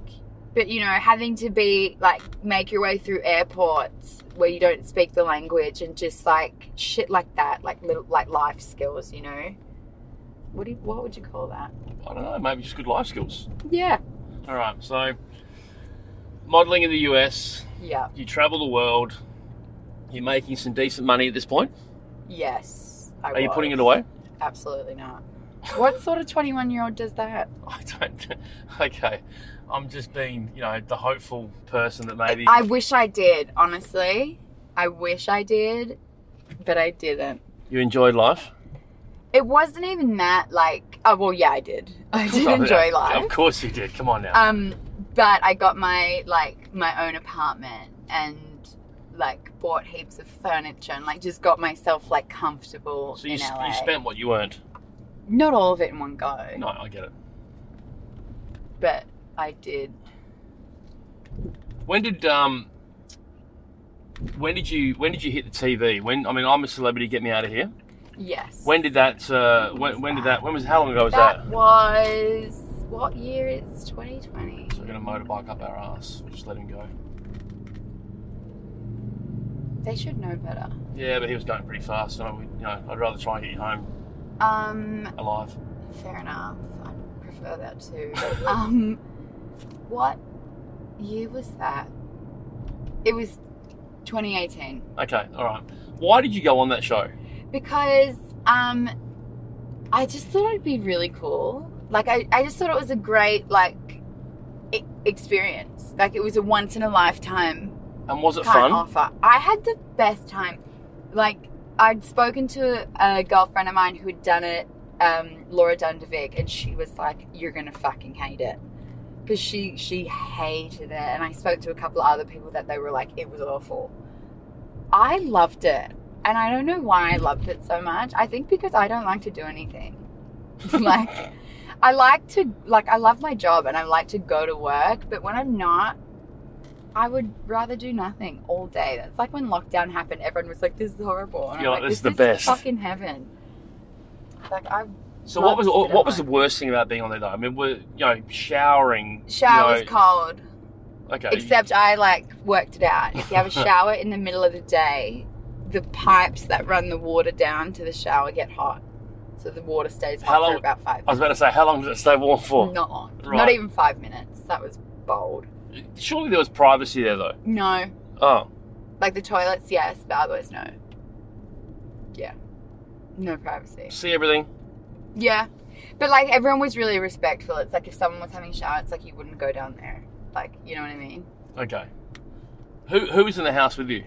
Speaker 2: but you know, having to be like make your way through airports where you don't speak the language and just like shit like that, like little like life skills, you know. What do you, what would you call that?
Speaker 1: I don't know. Maybe just good life skills.
Speaker 2: Yeah.
Speaker 1: All right. So, modelling in the US,
Speaker 2: Yeah.
Speaker 1: you travel the world. You're making some decent money at this point.
Speaker 2: Yes. I
Speaker 1: Are you
Speaker 2: was.
Speaker 1: putting it away?
Speaker 2: Absolutely not. <laughs> What sort of twenty-one-year-old does that?
Speaker 1: <laughs> I don't. Okay. I'm just being, you know, the hopeful person that maybe.
Speaker 2: I wish I did. Honestly, I wish I did, but I didn't.
Speaker 1: You enjoyed life?
Speaker 2: It wasn't even that like oh well yeah I did. <laughs> I <laughs> did
Speaker 1: Oh,
Speaker 2: enjoy
Speaker 1: yeah. Of
Speaker 2: life.
Speaker 1: course you did. Come on now.
Speaker 2: Um but I got my like my own apartment and like bought heaps of furniture and like just got myself like comfortable
Speaker 1: so you,
Speaker 2: in
Speaker 1: s-
Speaker 2: LA.
Speaker 1: you spent what you earned.
Speaker 2: Not all of it in one go,
Speaker 1: No, I get it.
Speaker 2: but I did.
Speaker 1: When did um? When did you when did you hit the TV? When I mean I'm a celebrity, get me out of here.
Speaker 2: Yes.
Speaker 1: When did that? Uh, when, when did that? When was how long ago was that?
Speaker 2: that was what year is 2020?
Speaker 1: So we're gonna motorbike up our ass. We'll just let him go.
Speaker 2: They should know better.
Speaker 1: Yeah, but he was going pretty fast, and I would, you know I'd rather try and get you home
Speaker 2: Um
Speaker 1: alive.
Speaker 2: Fair enough. I prefer that too. <laughs> um, what year was that? It was 2018
Speaker 1: Okay, all right. Why did you go on that show?
Speaker 2: because um, I just thought it'd be really cool. Like I, I just thought it was a great like e- experience. Like it was a once in a lifetime
Speaker 1: And was it
Speaker 2: can't
Speaker 1: fun?
Speaker 2: offer. I had the best time. Like I'd spoken to a girlfriend of mine who had done it, um, Laura Dundervig, and she was like, "You're gonna fucking hate it," because she she hated it, and I spoke to a couple of other people that they were like, it was awful. I loved it, and I don't know why I loved it so much. I think because I don't like to do anything. <laughs> like, I like to like I love my job, and I like to go to work, but when I'm not. I would rather do nothing all day. That's like when lockdown happened. Everyone was like, "This is horrible." And
Speaker 1: You're
Speaker 2: I'm
Speaker 1: like, "This is the best."
Speaker 2: Fucking heaven. Like I
Speaker 1: So what was
Speaker 2: Lots
Speaker 1: what
Speaker 2: of
Speaker 1: was the
Speaker 2: them.
Speaker 1: worst thing about being on there though? I mean, we're you know showering. you
Speaker 2: shower's
Speaker 1: know,
Speaker 2: cold.
Speaker 1: okay.
Speaker 2: Except I like worked it out. If
Speaker 1: <laughs>
Speaker 2: you have a shower in the middle of the day, the pipes that run the water down to the shower get hot, so the water stays hot
Speaker 1: How long-
Speaker 2: for about five.
Speaker 1: I was about to say, how long did it stay warm for?
Speaker 2: Not long. Not
Speaker 1: Right.
Speaker 2: even five minutes. That was bold.
Speaker 1: Surely there was privacy there though.
Speaker 2: No,
Speaker 1: Oh,
Speaker 2: like the toilets, yes, but otherwise no. Yeah, no privacy.
Speaker 1: see everything.
Speaker 2: Yeah, but like everyone was really respectful. It's like if someone was having a shower, it's like you wouldn't go down there. Like you know what I mean?
Speaker 1: Okay. Who who was in the house with you?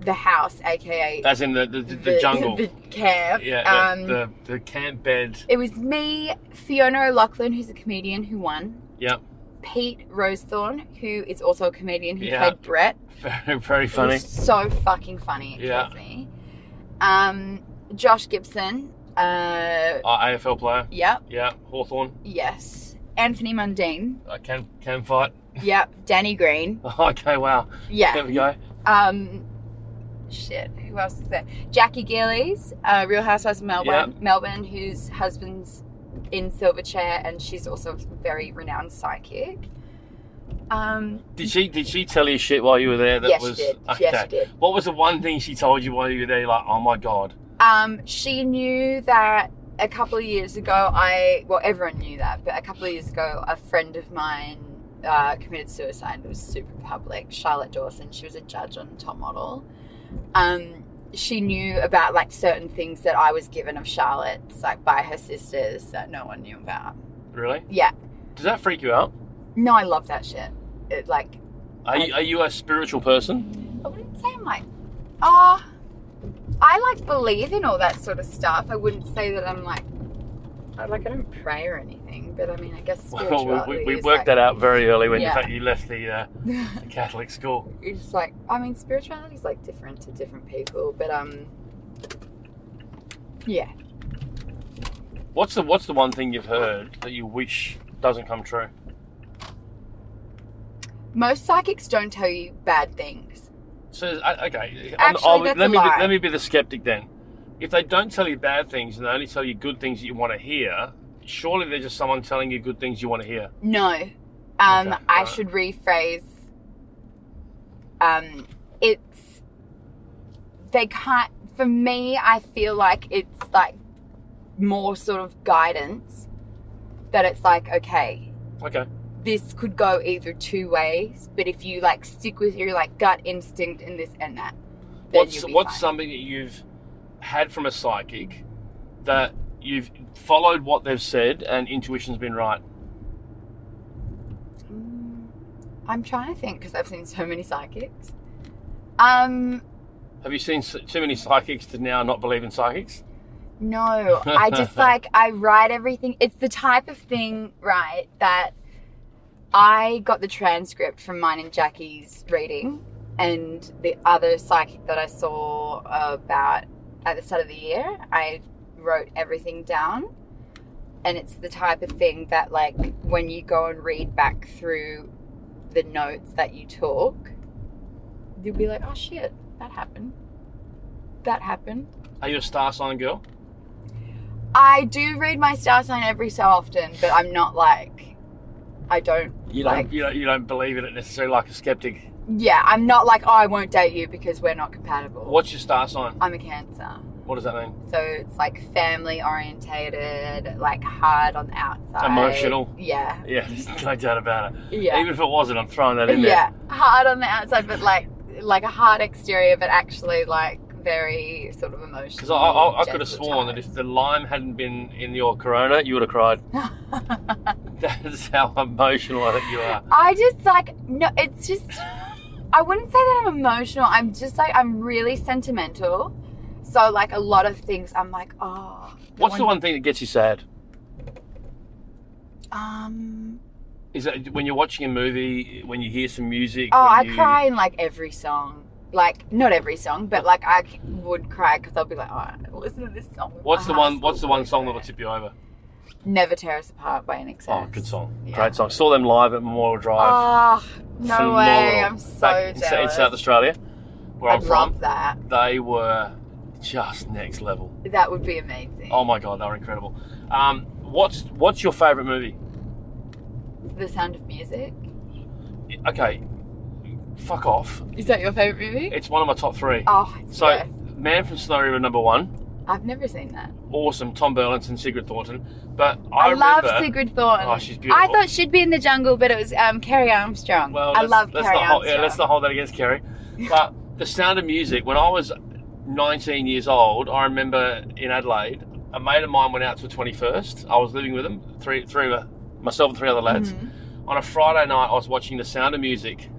Speaker 2: The house, aka
Speaker 1: As in the the, the, jungle.
Speaker 2: <laughs> the camp.
Speaker 1: yeah.
Speaker 2: um,
Speaker 1: the, the the camp bed.
Speaker 2: It was me, Fiona O'Loughlin, who's a comedian who won,
Speaker 1: Yep. <laughs>
Speaker 2: Pete Rosethorn, who is also a comedian who
Speaker 1: Yeah.
Speaker 2: played Brett.
Speaker 1: Very very
Speaker 2: It
Speaker 1: funny.
Speaker 2: was so fucking funny. It
Speaker 1: Yeah.
Speaker 2: yeah. me. Um, Josh Gibson. Uh,
Speaker 1: Our AFL player.
Speaker 2: yep.
Speaker 1: Yeah. Hawthorn.
Speaker 2: Yes. Anthony Mundine.
Speaker 1: Uh, can can fight. <laughs>
Speaker 2: Yep. Danny Green.
Speaker 1: okay. Wow. There
Speaker 2: Yeah.
Speaker 1: <laughs> we go.
Speaker 2: Um, shit. Who else is there? Jackie Gillies, uh, Real Housewives of Melbourne. Melbourne, whose husband's in Silverchair, and she's also a very renowned psychic. Um,
Speaker 1: Did she did she tell you shit while you were there? That
Speaker 2: yes,
Speaker 1: was
Speaker 2: she did.
Speaker 1: okay.
Speaker 2: Yes, she did.
Speaker 1: What was the one thing she told you while you were there? You're like, oh my god.
Speaker 2: Um, she knew that a couple of years ago, I well, everyone knew that, but a couple of years ago, a friend of mine uh, committed suicide. It was super public. Charlotte Dawson. She was a judge on Top Model. Um, she knew about like certain things that I was given of Charlotte's, like by her sisters, that no one knew about.
Speaker 1: Really?
Speaker 2: Yeah.
Speaker 1: Does that freak you out?
Speaker 2: No, I love that shit. It like
Speaker 1: Are you, are you a spiritual person?
Speaker 2: I wouldn't say I'm like, ah, I like believe in all that sort of stuff. I wouldn't say that I'm like, I like I don't pray or anything, but I mean, I guess spirituality
Speaker 1: <laughs> Well, we, we, we
Speaker 2: is
Speaker 1: worked
Speaker 2: like,
Speaker 1: that out very early when
Speaker 2: Yeah.
Speaker 1: you, you left the, uh, the Catholic school.
Speaker 2: <laughs> it's like I mean, spirituality is like different to different people, but um, yeah,
Speaker 1: What's the What's the one thing you've heard that you wish doesn't come true?
Speaker 2: most psychics don't tell you bad things.
Speaker 1: So I- okay,
Speaker 2: Actually, that's
Speaker 1: let
Speaker 2: a
Speaker 1: me
Speaker 2: lie.
Speaker 1: Be, let me be the skeptic then. If they don't tell you bad things and they only tell you good things that you want to hear, surely they're just someone telling you good things you want to hear.
Speaker 2: No. Um,
Speaker 1: Okay,
Speaker 2: I
Speaker 1: alright.
Speaker 2: should rephrase. Um, it's they can't. For me, I feel like it's like more sort of guidance. That it's like okay,
Speaker 1: Okay,
Speaker 2: this could go either two ways, but if you like stick with your like gut instinct and this and that, then
Speaker 1: what's
Speaker 2: you'll be
Speaker 1: what's
Speaker 2: fine.
Speaker 1: something that you've had from a psychic that you've followed what they've said and intuition's been right?
Speaker 2: Mm, I'm trying to think because I've seen so many psychics. Um,
Speaker 1: Have you seen s- too many psychics to now not believe in psychics?
Speaker 2: No, I just like I write everything. It's the type of thing, right, that I got the transcript from mine and Jackie's reading, and the other psychic that I saw about at the start of the year, I wrote everything down. And it's the type of thing that, like, when you go and read back through the notes that you took, you'll be like, oh shit, that happened. That happened.
Speaker 1: Are you a star sign girl?
Speaker 2: I do read my star sign every so often, but I'm not like, I don't.
Speaker 1: You don't,
Speaker 2: Like-
Speaker 1: you don't you don't believe in it necessarily like a skeptic.
Speaker 2: Yeah, I'm not like, oh, I won't date you because we're not compatible.
Speaker 1: What's your star sign?
Speaker 2: I'm a Cancer,
Speaker 1: What does that mean? <laughs>
Speaker 2: so it's like family orientated, like hard on the outside,
Speaker 1: Emotional.
Speaker 2: Yeah,
Speaker 1: Yeah, there's no doubt about it.
Speaker 2: yeah,
Speaker 1: Even if it wasn't, I'm throwing that in there.
Speaker 2: yeah, hard on the outside, but like, like a hard exterior, but actually like very sort of emotional.
Speaker 1: Because I, I, I could have
Speaker 2: gentle
Speaker 1: sworn that
Speaker 2: type.
Speaker 1: if the lime hadn't been in your Corona, you would have
Speaker 2: <laughs>
Speaker 1: cried. That's how emotional I think you are.
Speaker 2: I just like no. It's just I wouldn't say that I'm emotional. I'm just like I'm really sentimental. So like a lot of things, I'm like, oh.
Speaker 1: What's the one thing that gets you sad?
Speaker 2: Um,
Speaker 1: Is that when you're watching a movie, when you hear some music?
Speaker 2: Oh,
Speaker 1: when
Speaker 2: I
Speaker 1: you-
Speaker 2: cry in like every song. Like not every song, but like I c- would cry because I'll be like, oh, listen to this song. with
Speaker 1: What's
Speaker 2: my
Speaker 1: the
Speaker 2: high
Speaker 1: one? What's the
Speaker 2: school
Speaker 1: one song that will
Speaker 2: boyfriend."
Speaker 1: tip you over?
Speaker 2: Never tear us apart by NXS.
Speaker 1: Oh, good song.
Speaker 2: Yeah.
Speaker 1: Great song. Saw them live at Memorial Drive.
Speaker 2: Oh, no way!
Speaker 1: Phenomenal.
Speaker 2: I'm so
Speaker 1: Back in, Sa- in
Speaker 2: jealous.
Speaker 1: South Australia, where
Speaker 2: I'd
Speaker 1: am from.
Speaker 2: love that.
Speaker 1: They were just next level.
Speaker 2: That would be amazing.
Speaker 1: Oh my god, they were incredible. Um, what's what's your favourite movie?
Speaker 2: The Sound of Music.
Speaker 1: Okay, fuck off.
Speaker 2: Is that your favorite movie?
Speaker 1: It's one of my top three.
Speaker 2: oh, it's
Speaker 1: so,
Speaker 2: yes.
Speaker 1: Man from Snow River number one,
Speaker 2: I've never seen that.
Speaker 1: awesome. Tom Burlinson, Sigrid Thornton. But I,
Speaker 2: I, love
Speaker 1: remember,
Speaker 2: Sigrid Thornton.
Speaker 1: Oh, she's beautiful.
Speaker 2: I thought she'd be in the jungle, but it was um, Carrie Armstrong.
Speaker 1: Well,
Speaker 2: I
Speaker 1: let's-
Speaker 2: love
Speaker 1: let's
Speaker 2: Carrie
Speaker 1: not hold,
Speaker 2: Armstrong.
Speaker 1: Yeah, let's not hold that against Kerry. But the sound of music. When I was 19 years old, I remember in Adelaide, a mate of mine went out to a 21st. I was living with him, three, three of us- myself and three other lads.
Speaker 2: Mhm.
Speaker 1: On a Friday night, I was watching the sound of music,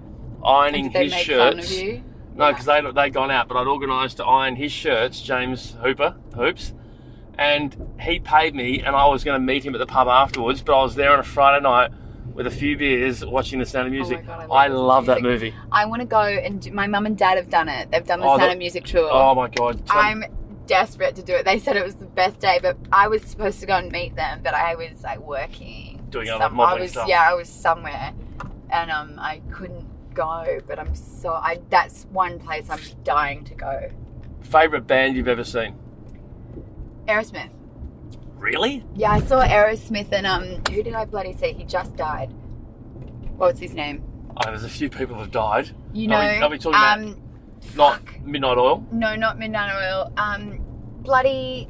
Speaker 1: ironing
Speaker 2: Did they
Speaker 1: his
Speaker 2: make fun of
Speaker 1: shirts.
Speaker 2: you?
Speaker 1: No, because they they'd gone out, but I'd organised to iron his shirts, James Hooper hoops, and he paid me, and I was going to meet him at the pub afterwards. But I was there on a Friday night with a few beers, watching The Sound of Music.
Speaker 2: Oh God,
Speaker 1: I
Speaker 2: I
Speaker 1: love
Speaker 2: love
Speaker 1: that
Speaker 2: Sound of
Speaker 1: movie.
Speaker 2: I want to go and do, my mum and dad have done it. They've done the
Speaker 1: Oh,
Speaker 2: Sound
Speaker 1: the-
Speaker 2: of Music tour.
Speaker 1: Oh my god! Some-
Speaker 2: I'm desperate to do it. They said it was the best day, but I was supposed to go and meet them, but I was like working.
Speaker 1: Doing other
Speaker 2: some,
Speaker 1: modelling
Speaker 2: I was,
Speaker 1: stuff.
Speaker 2: Yeah, I was somewhere, and um, I couldn't go. But I'm so I. That's one place I'm dying to go.
Speaker 1: favorite band you've ever seen?
Speaker 2: Aerosmith.
Speaker 1: Really?
Speaker 2: Yeah, I saw Aerosmith, and um, who did I bloody see? He just died. What's his name?
Speaker 1: Oh, there's a few people that have died.
Speaker 2: You know,
Speaker 1: Are we- are we talking about-
Speaker 2: um,
Speaker 1: Not
Speaker 2: Fuck.
Speaker 1: Midnight Oil.
Speaker 2: no, not Midnight Oil. Um, bloody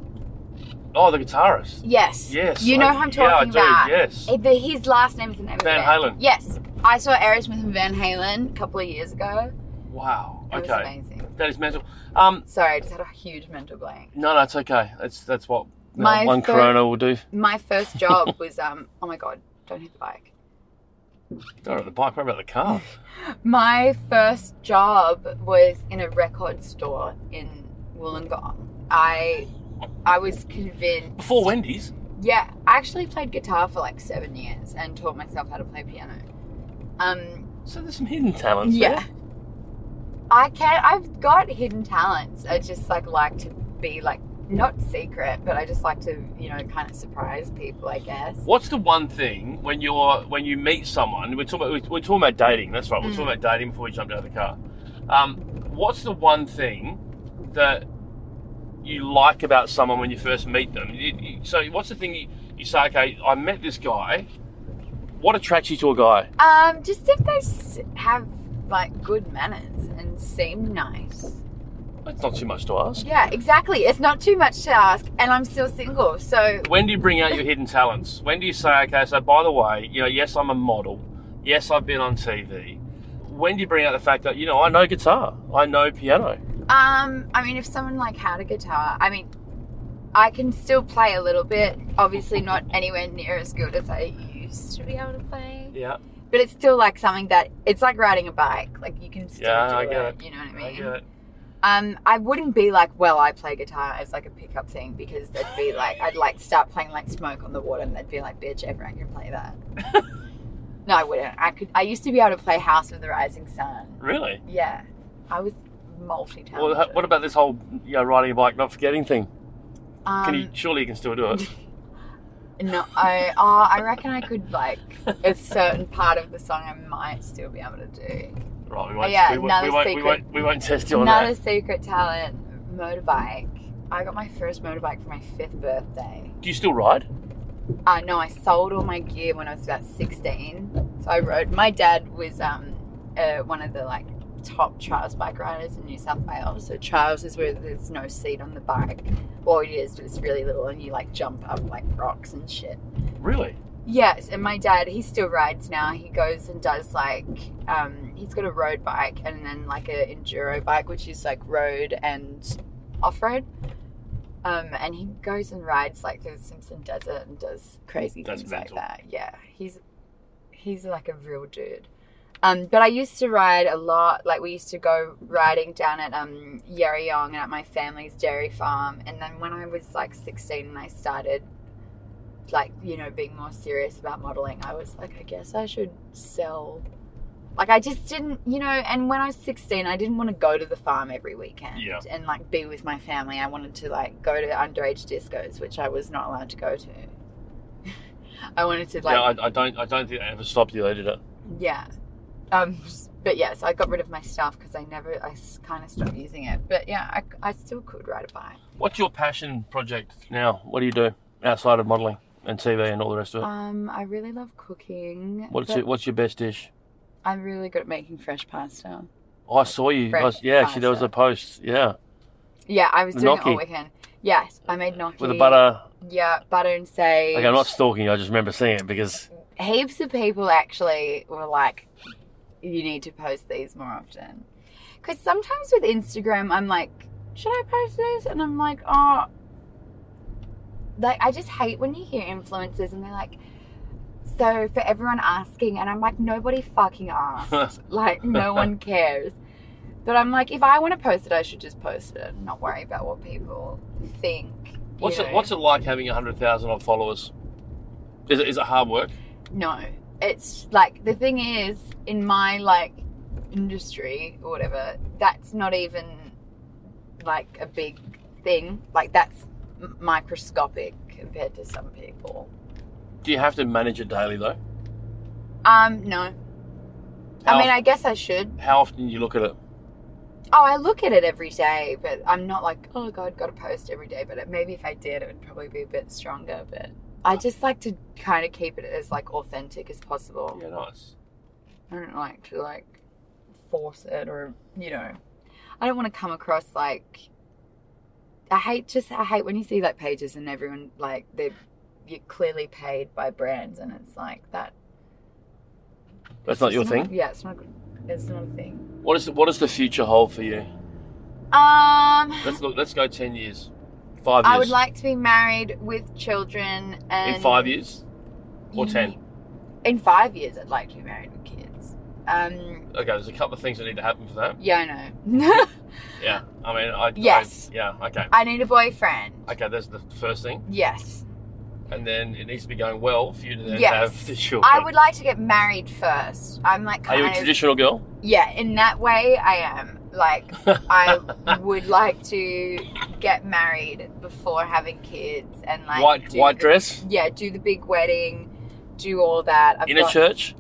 Speaker 1: Oh, the guitarist.
Speaker 2: yes,
Speaker 1: Yes.
Speaker 2: You know
Speaker 1: I-
Speaker 2: who I'm talking
Speaker 1: yeah, I do.
Speaker 2: about.
Speaker 1: Yes.
Speaker 2: Eh, the- His last name is the name
Speaker 1: Van
Speaker 2: of the
Speaker 1: Halen.
Speaker 2: band. Yes. I saw Aerosmith and Van Halen a couple of years ago.
Speaker 1: Wow.
Speaker 2: It was
Speaker 1: Okay.
Speaker 2: amazing.
Speaker 1: That is mental. Um,
Speaker 2: Sorry, I just had a huge mental blank.
Speaker 1: no, that's okay. That's that's what you know,
Speaker 2: My
Speaker 1: one
Speaker 2: fir-
Speaker 1: Corona will do.
Speaker 2: My
Speaker 1: <laughs>
Speaker 2: first job was um oh my god, don't hit the bike.
Speaker 1: Don't about the bike, what about the
Speaker 2: <laughs>
Speaker 1: car?
Speaker 2: My first job was in a record store in Wollongong. I I was convinced
Speaker 1: Before Wendy's.
Speaker 2: Yeah, I actually played guitar for like seven years and taught myself how to play piano. Um
Speaker 1: So there's some hidden talents.
Speaker 2: Yeah.
Speaker 1: there.
Speaker 2: I can I've got hidden talents. I just like like to be like not secret, but I just like to, you know, kind of surprise people, I guess.
Speaker 1: What's the one thing when you're when you meet someone? We're talking about we're talking about dating. That's right. We're
Speaker 2: Mm.
Speaker 1: talking about dating before we jumped out of the car. Um, what's the one thing that you like about someone when you first meet them? You- you- so what's the thing you, you say? Okay, I met this guy. What attracts you to a guy?
Speaker 2: Um just if they s- have like good manners and seem nice.
Speaker 1: That's not too much to ask.
Speaker 2: Yeah, exactly. It's not too much to ask and I'm still single. So
Speaker 1: When do you bring out your hidden talents? When do you say, okay, so by the way, you know, yes, I'm a model. Yes, I've been on TV. When do you bring out the fact that, you know, I know guitar, I know piano?
Speaker 2: um I mean if someone like had a guitar, I mean I can still play a little bit. Obviously not anywhere near as good as I used to be able to play.
Speaker 1: Yeah,
Speaker 2: but it's still like something that it's like riding a bike. Like you can still
Speaker 1: Yeah,
Speaker 2: do
Speaker 1: I get
Speaker 2: it, You know what I
Speaker 1: I
Speaker 2: mean?
Speaker 1: get it.
Speaker 2: Um, I wouldn't be like, well, I play guitar as like a pickup thing because they'd be like, I'd like start playing like Smoke on the Water, and they'd be like, bitch, everyone can
Speaker 1: <laughs>
Speaker 2: play that. no, I wouldn't. I could. I used to be able to play House of the Rising Sun.
Speaker 1: Really?
Speaker 2: Yeah, I was multi-talented.
Speaker 1: Well, h- what about this whole, you know, riding a bike, not forgetting thing?
Speaker 2: Um,
Speaker 1: Can you, surely you can still do
Speaker 2: <laughs>
Speaker 1: it.
Speaker 2: No, I. Oh, I reckon I could like a certain part of the song. I might still be able to do.
Speaker 1: Right, we won't,
Speaker 2: yeah,
Speaker 1: we, won't,
Speaker 2: another
Speaker 1: we, won't, we,
Speaker 2: secret.
Speaker 1: won't, we won't test you on
Speaker 2: Another
Speaker 1: that.
Speaker 2: secret talent, motorbike. I got my first motorbike for my fifth birthday.
Speaker 1: Do you still ride?
Speaker 2: Uh, no, I sold all my gear when I was about 16. So I rode. My dad was um, uh, one of the like top trials bike riders in New South Wales. So trials is where there's no seat on the bike. Well, it is, but it's really little, and you like jump up like rocks and shit.
Speaker 1: Really?
Speaker 2: Yes, and my dad, he still rides now. He goes and does like, um, he's got a road bike and then like a enduro bike, which is like road and off road. Um, and he goes and rides like through the Simpson Desert and does crazy
Speaker 1: That's
Speaker 2: things
Speaker 1: mental.
Speaker 2: like that. Yeah, he's he's like a real dude. Um, but I used to ride a lot. Like we used to go riding down at um, Yerryong and at my family's dairy farm. And then when I was like 16, and I started like you know being more serious about modeling i was like i guess i should sell like i just didn't you know and when i was 16 i didn't want to go to the farm every weekend
Speaker 1: Yeah.
Speaker 2: and like be with my family i wanted to like go to underage discos which i was not allowed to go to <laughs> i wanted to like
Speaker 1: yeah, I, I don't. I don't think that ever stopped you. They did it.
Speaker 2: yeah. Um, but yes, I got rid of my stuff because I never, I kind of stopped using it. But yeah, I, I still could ride a bike.
Speaker 1: What's your passion project now? What do you do outside of modelling and TV and all the rest of it?
Speaker 2: Um, I really love cooking.
Speaker 1: what's
Speaker 2: but
Speaker 1: your, What's your best dish?
Speaker 2: I'm really good at making fresh pasta.
Speaker 1: Oh, I saw you. I
Speaker 2: Fresh
Speaker 1: was- yeah, actually, there was a
Speaker 2: pasta.
Speaker 1: post. Yeah,
Speaker 2: Yeah, I was
Speaker 1: The
Speaker 2: doing it all
Speaker 1: gnocchi.
Speaker 2: weekend. Yes, I made gnocchi.
Speaker 1: with the butter.
Speaker 2: Yeah, butter and sage.
Speaker 1: Like I'm not stalking. you, I just remember seeing it because
Speaker 2: heaps of people actually were like, you need to post these more often. Because sometimes with Instagram, I'm like, should I post this? And I'm like, oh. Like, I just hate when you hear influencers and they're like, so for everyone asking, and I'm like, nobody
Speaker 1: <laughs>
Speaker 2: fucking asked. like, no one cares. But I'm like, if I want to post it, I should just post it and not worry about what people think. you
Speaker 1: what's it
Speaker 2: know.
Speaker 1: What's it like having hundred thousand odd followers? Is it, is it hard work?
Speaker 2: No, it's like the thing is in my like industry or whatever, that's not even like a big thing. Like that's m- microscopic compared to some people.
Speaker 1: Do you have to manage it daily though?
Speaker 2: Um, no.
Speaker 1: How-
Speaker 2: I mean, I guess I should.
Speaker 1: How often do you look at it?
Speaker 2: Oh, I look at it every day, but I'm not like, oh god, got to post every day. But maybe if I did, it would probably be a bit stronger. But I just like to kind of keep it as like authentic as possible.
Speaker 1: Yeah, nice.
Speaker 2: I don't like to like force it or you know I don't want to come across like I hate just I hate when you see like pages and everyone like they're you're clearly paid by brands and it's like that
Speaker 1: That's not
Speaker 2: it's
Speaker 1: your thing.
Speaker 2: yeah it's not it's not a thing
Speaker 1: What is What does the future hold for you?
Speaker 2: um
Speaker 1: Let's look. Let's go ten years, five years.
Speaker 2: I would like to be married with children and
Speaker 1: in five years or ten.
Speaker 2: in five years I'd like to be married with kids um
Speaker 1: Okay, there's a couple of things that need to happen for that.
Speaker 2: yeah I know <laughs>
Speaker 1: Yeah, I mean, I I-
Speaker 2: Yes.
Speaker 1: yeah, okay,
Speaker 2: I need a boyfriend
Speaker 1: okay. That's the first thing,
Speaker 2: yes
Speaker 1: and then it needs to be going well for you to then
Speaker 2: Yes.
Speaker 1: have the children.
Speaker 2: I would like to get married first. I'm like
Speaker 1: Are
Speaker 2: kind
Speaker 1: you a
Speaker 2: of
Speaker 1: traditional girl?
Speaker 2: yeah. In that way, I am like
Speaker 1: <laughs>
Speaker 2: I would like to get married before having kids and like
Speaker 1: white
Speaker 2: do
Speaker 1: white
Speaker 2: the-
Speaker 1: dress
Speaker 2: Yeah, do the big wedding, do all that. I've
Speaker 1: in a
Speaker 2: got-
Speaker 1: church.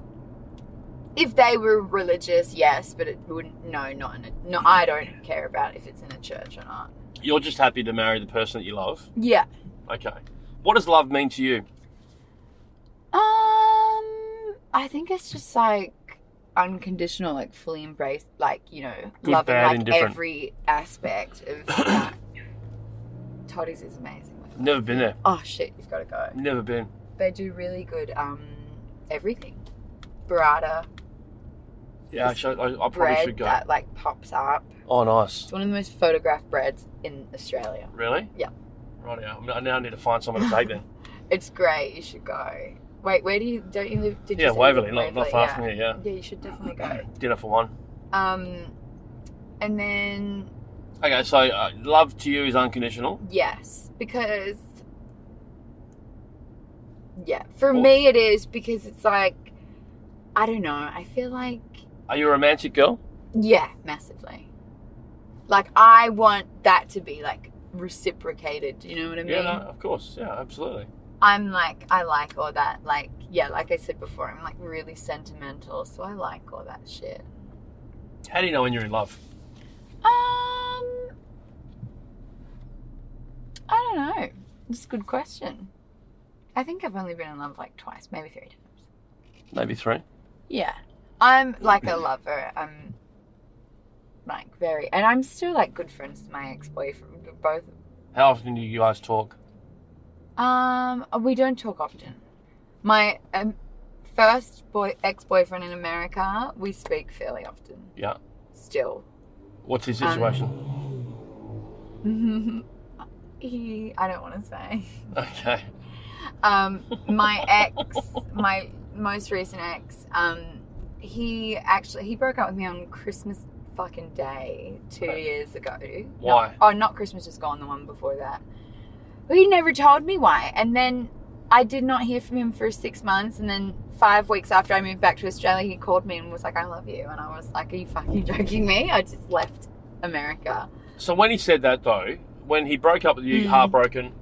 Speaker 2: If they were religious, yes, but it wouldn't. No, not in a, no. I don't care about if it's in a church or not.
Speaker 1: You're just happy to marry the person that you love.
Speaker 2: Yeah.
Speaker 1: Okay. What does love mean to you?
Speaker 2: Um, I think it's just like unconditional, like fully embrace, like you know,
Speaker 1: Good,
Speaker 2: loving
Speaker 1: bad,
Speaker 2: like
Speaker 1: indifferent.
Speaker 2: every aspect of
Speaker 1: <coughs>
Speaker 2: that. Toddy's is amazing.
Speaker 1: Never been there.
Speaker 2: Oh shit, you've got to go.
Speaker 1: Never been.
Speaker 2: They do really good um everything, burrata,
Speaker 1: Yeah, actually, I, I probably
Speaker 2: bread
Speaker 1: should go.
Speaker 2: that like pops up.
Speaker 1: Oh, nice.
Speaker 2: It's one of the most photographed breads in Australia.
Speaker 1: Really?
Speaker 2: Yeah.
Speaker 1: Right. Yeah. I mean, I now need to find someone to take then.
Speaker 2: It's great. You should go. Wait, where do you don't you live? <laughs> Did
Speaker 1: yeah,
Speaker 2: you say
Speaker 1: Waverley,
Speaker 2: you
Speaker 1: not,
Speaker 2: live
Speaker 1: not
Speaker 2: in
Speaker 1: far
Speaker 2: Waverley?
Speaker 1: from here. Yeah.
Speaker 2: yeah. Oh Yeah, you should definitely go.
Speaker 1: <clears throat> Dinner for one.
Speaker 2: Um, and then
Speaker 1: Okay, so uh, love to you is unconditional.
Speaker 2: yes, because yeah, for
Speaker 1: Cool.
Speaker 2: me it is because it's like I don't know. I feel like
Speaker 1: Are you a romantic girl?
Speaker 2: yeah, massively. Like I want that to be like reciprocated. You know what I mean?
Speaker 1: Yeah, no, of course. Yeah, absolutely.
Speaker 2: I'm like I like all that. Like yeah, like I said before, I'm like really sentimental, so I like all that shit.
Speaker 1: How do you know when you're in love?
Speaker 2: Um, I don't know. It's a good question. I think I've only been in love like twice, maybe three times.
Speaker 1: Maybe three.
Speaker 2: Yeah, I'm like a lover. I'm like very, and I'm still like good friends with my ex-boyfriend. Both.
Speaker 1: How often do you guys talk?
Speaker 2: Um, we don't talk often. My um, first boy ex-boyfriend in America, we speak fairly often.
Speaker 1: Yeah.
Speaker 2: Still. <laughs>
Speaker 1: What's his
Speaker 2: Um,
Speaker 1: situation? <laughs>
Speaker 2: he, I don't want to say.
Speaker 1: okay.
Speaker 2: um, my ex, my most recent ex, um, he actually he broke up with me on Christmas fucking day two
Speaker 1: Okay.
Speaker 2: years ago.
Speaker 1: Why?
Speaker 2: Not, oh, not Christmas, just gone the one before that. But he never told me why, and then I did not hear from him for six months, and then five weeks after I moved back to Australia, he called me and was like, "I love you," and I was like, "Are you fucking <laughs> joking me? I just left America."
Speaker 1: So when he said that though, when he broke up with you,
Speaker 2: Mm.
Speaker 1: heartbroken,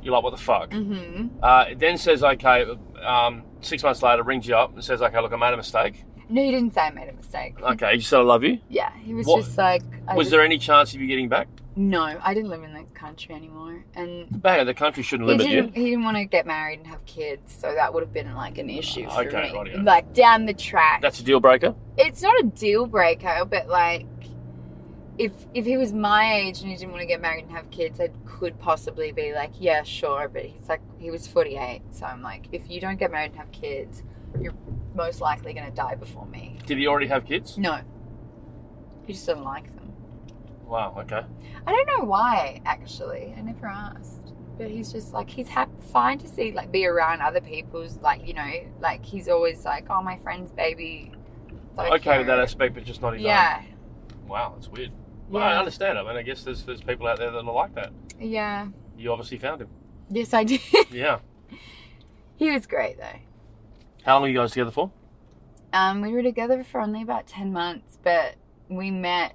Speaker 1: you're like, what the fuck?
Speaker 2: hmm
Speaker 1: Uh, it then says, okay, um, six months later, rings you up and says, okay, look, I made a mistake.
Speaker 2: No, he didn't say I made a mistake.
Speaker 1: Okay, you said I love you.
Speaker 2: Yeah, he was
Speaker 1: What-
Speaker 2: just like, I
Speaker 1: was
Speaker 2: just-
Speaker 1: there any chance of you getting back?
Speaker 2: No, I didn't live in the country anymore, and
Speaker 1: Back the country shouldn't
Speaker 2: he
Speaker 1: limit you.
Speaker 2: didn't. He didn't want to get married and have kids, so that would have been like an issue for
Speaker 1: Ah, Okay,
Speaker 2: me.
Speaker 1: rightio.
Speaker 2: Like down the track,
Speaker 1: That's a deal breaker.
Speaker 2: it's not a deal breaker, but like. If, if he was my age and he didn't want to get married and have kids, I could possibly be like, yeah, sure. But he's like, he was 48. So I'm like, if you don't get married and have kids, you're most likely going to die before me.
Speaker 1: Did he already have kids?
Speaker 2: No. He just doesn't like them.
Speaker 1: Wow. Okay.
Speaker 2: I don't know why, actually. I never asked. But he's just like he's hap- fine to see like be around other people's like you know like he's always like oh my friend's baby. Don't
Speaker 1: Okay with
Speaker 2: care.
Speaker 1: that aspect, but just not his
Speaker 2: Yeah,
Speaker 1: own. Wow, that's weird. Well, I
Speaker 2: yeah,
Speaker 1: understand. I mean, I guess there's there's people out there that are like that.
Speaker 2: yeah.
Speaker 1: You obviously found him.
Speaker 2: Yes, I <laughs> did.
Speaker 1: Yeah.
Speaker 2: he was great though.
Speaker 1: How long are you guys together for?
Speaker 2: Um, we were together for only about ten months, but we met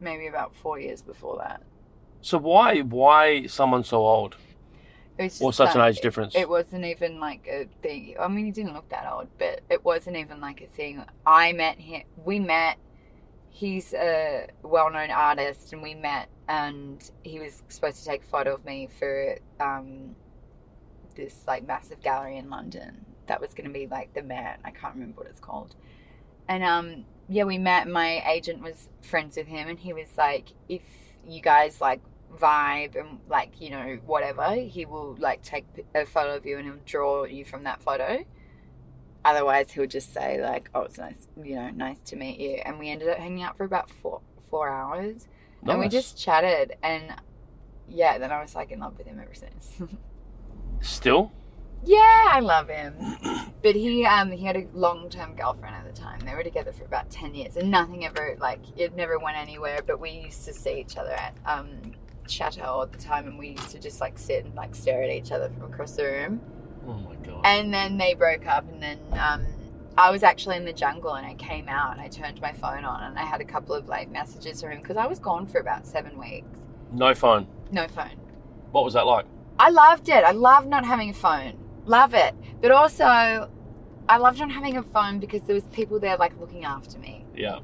Speaker 2: maybe about four years before that.
Speaker 1: So why why someone so old
Speaker 2: It was just
Speaker 1: or such an
Speaker 2: like-
Speaker 1: age difference?
Speaker 2: It wasn't even like a thing. I mean, he didn't look that old, but it wasn't even like a thing. I met him. We met. He's a well-known artist, and we met, and he was supposed to take a photo of me for um, this like massive gallery in London. That was going to be like the man. I can't remember what it's called. And um, yeah, we met. My agent was friends with him, and he was like, if you guys like vibe and like you know whatever he will like take a photo of you and he'll draw you from that photo otherwise he'll just say like oh it's nice you know nice to meet you and we ended up hanging out for about four four hours and we
Speaker 1: Nice.
Speaker 2: just chatted and yeah then i was like in love with him ever since
Speaker 1: still.
Speaker 2: yeah i love him but he um he had a long-term girlfriend at the time they were together for about 10 years and nothing ever like it never went anywhere but we used to see each other at um chateau at the time and we used to just like sit and like stare at each other from across the room
Speaker 1: Oh my god.
Speaker 2: and then they broke up and then um I was actually in the jungle and I came out and I turned my phone on and I had a couple of like messages from him because I was gone for about seven weeks.
Speaker 1: no phone.
Speaker 2: No phone.
Speaker 1: What was that like?
Speaker 2: I loved it. I love not having a phone. Love it. But also, I loved not having a phone because there was people there like looking after me.
Speaker 1: Yeah.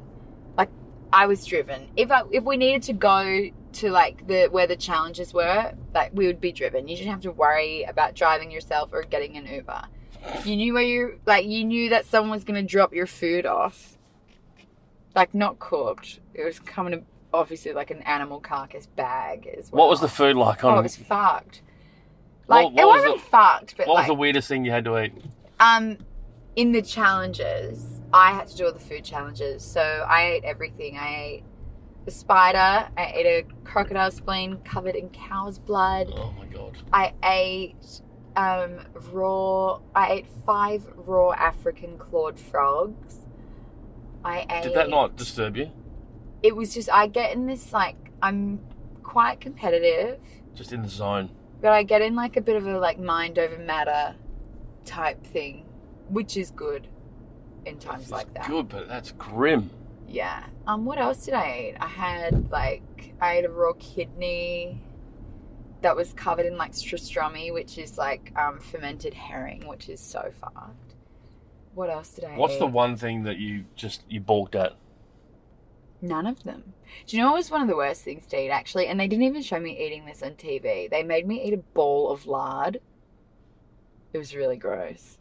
Speaker 2: I was driven. If I, if we needed to go to like the where the challenges were, like we would be driven. You didn't have to worry about driving yourself or getting an Uber. You knew where you like. You knew that someone was gonna drop your food off, like not cooked. It was coming to obviously like an animal carcass bag as well.
Speaker 1: What was the food like on?
Speaker 2: Oh, it was fucked. Like
Speaker 1: what was
Speaker 2: it wasn't
Speaker 1: the-
Speaker 2: fucked, but
Speaker 1: what was
Speaker 2: like
Speaker 1: the weirdest thing you had to eat?
Speaker 2: um, in the challenges, I had to do all the food challenges. So I ate everything. I ate a spider. I ate a crocodile spleen covered in cow's blood.
Speaker 1: Oh my god.
Speaker 2: I ate um, raw. I ate five raw African clawed frogs. I ate.
Speaker 1: Did that not disturb you?
Speaker 2: It was just I get in this like I'm quite competitive.
Speaker 1: Just in the zone.
Speaker 2: but I get in like a bit of a like mind over matter type thing, which is good in times
Speaker 1: It's
Speaker 2: like that.
Speaker 1: Good, but that's grim.
Speaker 2: Yeah. Um. What else did I eat? I had like I ate a raw kidney that was covered in like strastromi, which is like um, fermented herring, which is so fucked. What else did I
Speaker 1: What's
Speaker 2: eat?
Speaker 1: the one thing that you just you balked at?
Speaker 2: None of them. Do you know what was one of the worst things to eat actually? And they didn't even show me eating this on TV. They made me eat a bowl of lard. It was really gross.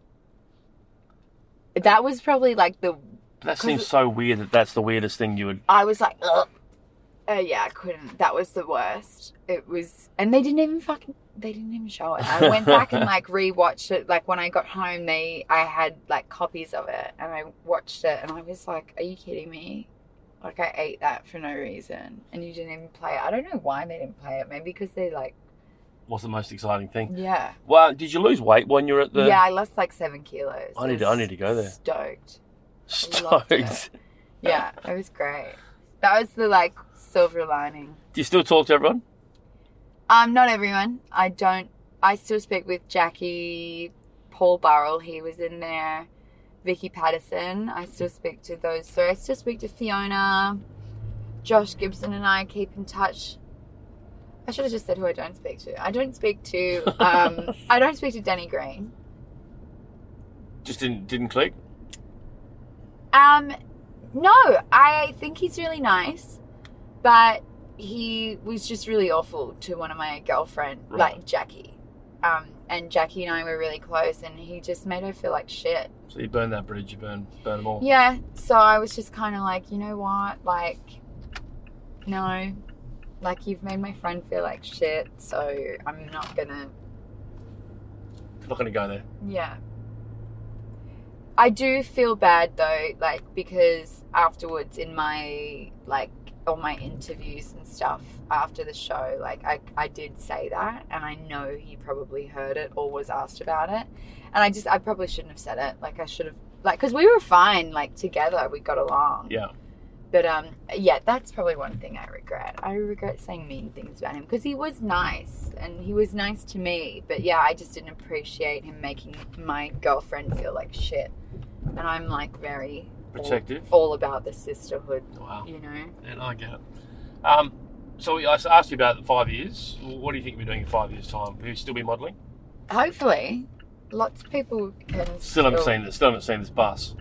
Speaker 2: That was probably like the
Speaker 1: That
Speaker 2: 'Cause
Speaker 1: seems
Speaker 2: it-
Speaker 1: so weird that that's the weirdest thing you would.
Speaker 2: I was like, Ugh. Uh, yeah, I couldn't. That was the worst. It was, and they didn't even fucking. They didn't even show it. I went back and like rewatched it. Like when I got home, they I had like copies of it, and I watched it, and I was like, "Are you kidding me?" Like I ate that for no reason, and you didn't even play it. I don't know why they didn't play it. Maybe because they like,
Speaker 1: What's the most exciting thing?
Speaker 2: yeah,
Speaker 1: Well, did you lose weight when you were at the?
Speaker 2: Mm. yeah. I lost like seven kilos.
Speaker 1: I need-
Speaker 2: was
Speaker 1: I need to go there.
Speaker 2: Stoked. loved it.
Speaker 1: Stoked.
Speaker 2: Yeah, it was great. That was the like silver lining.
Speaker 1: Do you still talk to everyone?
Speaker 2: Um, not everyone. I don't. I still speak with Jackie, Paul Burrell, he was in there, Vicky Patterson. I still speak to those. So I still speak to Fiona. Josh Gibson and I keep in touch. I should have just said who I don't speak to. I don't speak to. Um, I don't speak to Danny Green.
Speaker 1: Just didn't didn't click.
Speaker 2: Um, no, I think he's really nice, but he was just really awful to one of my girlfriend,
Speaker 1: Right.
Speaker 2: like Jackie. Um, and Jackie and I were really close, and he just made her feel like shit.
Speaker 1: So you burn that bridge. You burn burn them all.
Speaker 2: Yeah, so I was just kind of like, you know what, like, no, like you've made my friend feel like shit, so I'm not gonna
Speaker 1: Not going to go there.
Speaker 2: Yeah. I do feel bad though, like because afterwards in my like all my interviews and stuff after the show, like I, I did say that and I know he probably heard it or was asked about it. And I just I probably shouldn't have said it. Like I should have like cuz we were fine like together, we got along.
Speaker 1: Yeah.
Speaker 2: But um yeah, that's probably one thing I regret. I regret saying mean things about him cuz he was nice and he was nice to me, but yeah, I just didn't appreciate him making my girlfriend feel like shit. And I'm like very all-
Speaker 1: Protective.
Speaker 2: all about the sisterhood,
Speaker 1: Wow.
Speaker 2: you know.
Speaker 1: And I get it. Um, so we, I asked you about the five years. What do you think we're doing in five years' time? Will you still be modelling?
Speaker 2: Hopefully lots of people can
Speaker 1: Still haven't seen this. Still haven't seen this bus.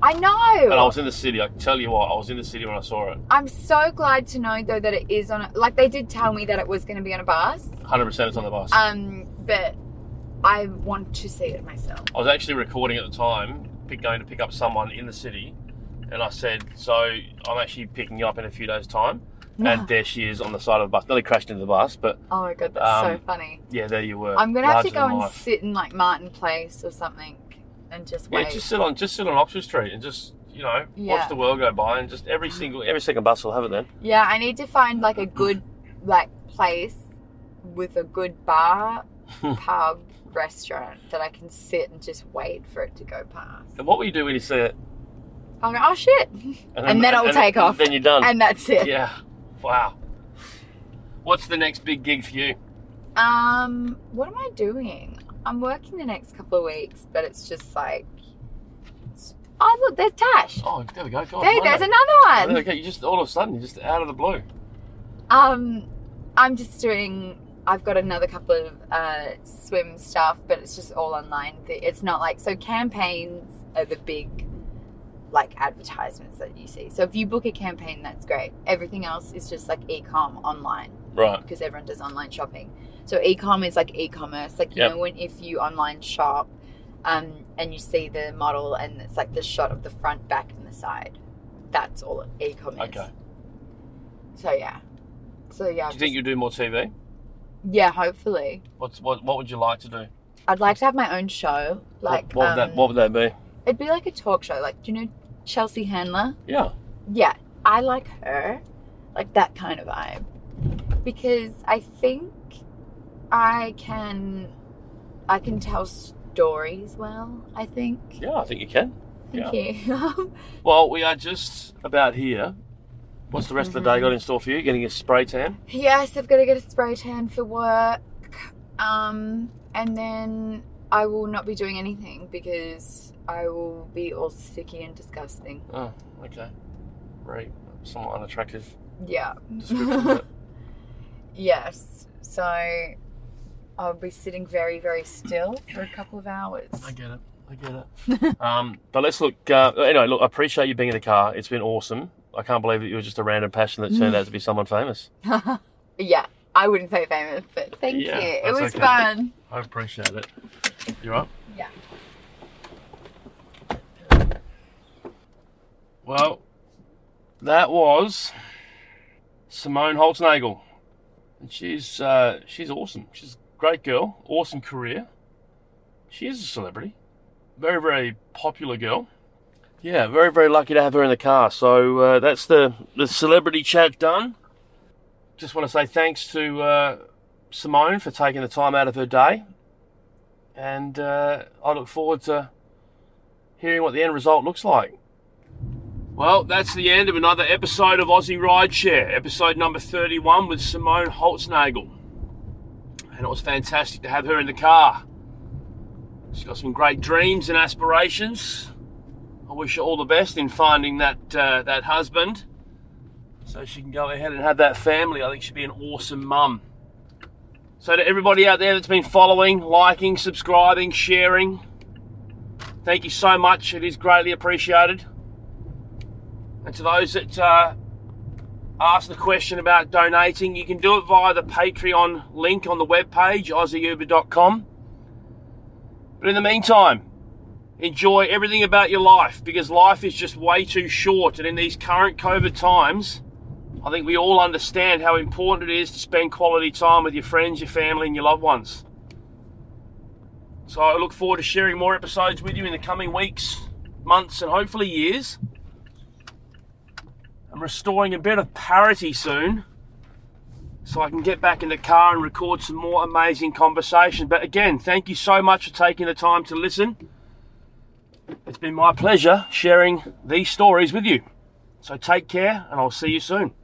Speaker 2: I know.
Speaker 1: And I was in the city. I can tell you what. I was in the city when I saw it.
Speaker 2: I'm so glad to know though that it is on a, like they did tell me that it was going to be on a bus.
Speaker 1: 100% it's on the bus.
Speaker 2: Um but I want to see it myself.
Speaker 1: I was actually recording at the time, pick, going to pick up someone in the city, and I said, "So I'm actually picking you up in a few days' time." And there she is on the side of the bus. Nearly crashed into the bus, but
Speaker 2: <gasps> Oh my god, that's so
Speaker 1: Um,
Speaker 2: funny.
Speaker 1: yeah, there you were.
Speaker 2: I'm gonna have
Speaker 1: larger
Speaker 2: to go
Speaker 1: than
Speaker 2: and
Speaker 1: life.
Speaker 2: sit in like Martin Place or something and just wait.
Speaker 1: Yeah, just sit on just sit on Oxford Street and just you know
Speaker 2: Yeah.
Speaker 1: watch the world go by and just every single every second bus will have it then.
Speaker 2: Yeah, I need to find like a good like place with a
Speaker 1: <laughs>
Speaker 2: good bar, pub, restaurant that I can sit and just wait for it to go past.
Speaker 1: And what will you do when you see it?
Speaker 2: I'll go,
Speaker 1: <laughs>
Speaker 2: oh shit. And then it will take off.
Speaker 1: Then you're done.
Speaker 2: And that's
Speaker 1: <laughs>
Speaker 2: it.
Speaker 1: yeah. Wow. What's the next big gig for you?
Speaker 2: Um, what am I doing? I'm working the next couple of weeks, but it's just like Oh look, there's Tash.
Speaker 1: Oh, there we go. God,
Speaker 2: Hey,
Speaker 1: Monday.
Speaker 2: there's another one.
Speaker 1: Okay, you just all of a sudden you're just out of the blue.
Speaker 2: Um, I'm just doing. I've got another couple of uh, swim stuff, but it's just all online. thi- It's not like so campaigns are the big like advertisements that you see. So if you book a campaign, that's great. Everything else is just like e-com online
Speaker 1: Right.
Speaker 2: because everyone does online shopping. So e-com is like e-commerce. Like you
Speaker 1: Yep.
Speaker 2: know when if you online shop, um, and you see the model and it's like the shot of the front, back, and the side. That's all e-com is.
Speaker 1: Okay.
Speaker 2: So yeah. So yeah.
Speaker 1: Do you think
Speaker 2: just-
Speaker 1: you'll do more TV?
Speaker 2: yeah, hopefully.
Speaker 1: What's what? What would you like to do?
Speaker 2: I'd like to have my own show. Like
Speaker 1: what, what would
Speaker 2: um,
Speaker 1: that? What would that be?
Speaker 2: it'd be like a talk show. Like, do you know Chelsea Handler?
Speaker 1: Yeah.
Speaker 2: Yeah. I like her. Like that kind of vibe. Because I think I can I can tell stories well, I think.
Speaker 1: Yeah, I think you can.
Speaker 2: Thank you. <laughs>
Speaker 1: Well, we are just about here. What's the rest of
Speaker 2: Mm-hmm.
Speaker 1: the day got in store for you? Getting a spray tan?
Speaker 2: yes, I've gotta get a spray tan for work. Um and then I will not be doing anything because I will be all sticky and disgusting.
Speaker 1: Oh, okay. Right. Somewhat unattractive
Speaker 2: <laughs> Yeah.
Speaker 1: description. but
Speaker 2: yes. So I'll be sitting very, very still for a couple of hours.
Speaker 1: I get it. I get it. um, but let's look. Uh, anyway, look. I appreciate you being in the car. It's been awesome. I can't believe that you were just a random passion that turned out to be someone famous.
Speaker 2: <laughs> Yeah. I wouldn't say famous, but thank
Speaker 1: Yeah,
Speaker 2: you. It
Speaker 1: that's
Speaker 2: was
Speaker 1: okay.
Speaker 2: fun.
Speaker 1: I appreciate it. You're up.
Speaker 2: Yeah.
Speaker 1: Well, that was Simone Holznagel. And she's uh, she's awesome. She's a great girl, awesome career. She is a celebrity. Very, very popular girl. Yeah, very, very lucky to have her in the car. So uh, that's the, the celebrity chat done. Just want to say thanks to uh, Simone for taking the time out of her day. And uh, I look forward to hearing what the end result looks like.
Speaker 3: Well, that's the end of another episode of Aussie Rideshare, episode number 31 with Simone Holznagel.
Speaker 1: and it was fantastic to have her in the car. She's got some great dreams and aspirations. I wish her all the best in finding that uh, that husband, so she can go ahead and have that family. I think she'd be an awesome mum. So to everybody out there that's been following, liking, subscribing, sharing, thank you so much. It is greatly appreciated. And to those that uh, asked the question about donating, you can do it via the Patreon link on the webpage, aussieuber.com. But in the meantime, enjoy everything about your life because life is just way too short. And in these current COVID times, I think we all understand how important it is to spend quality time with your friends, your family, and your loved ones. So I look forward to sharing more episodes with you in the coming weeks, months, and hopefully years. I'm restoring a bit of parity soon so I can get back in the car and record some more amazing conversation. But again, thank you so much for taking the time to listen. It's been my pleasure sharing these stories with you. So take care, and I'll see you soon.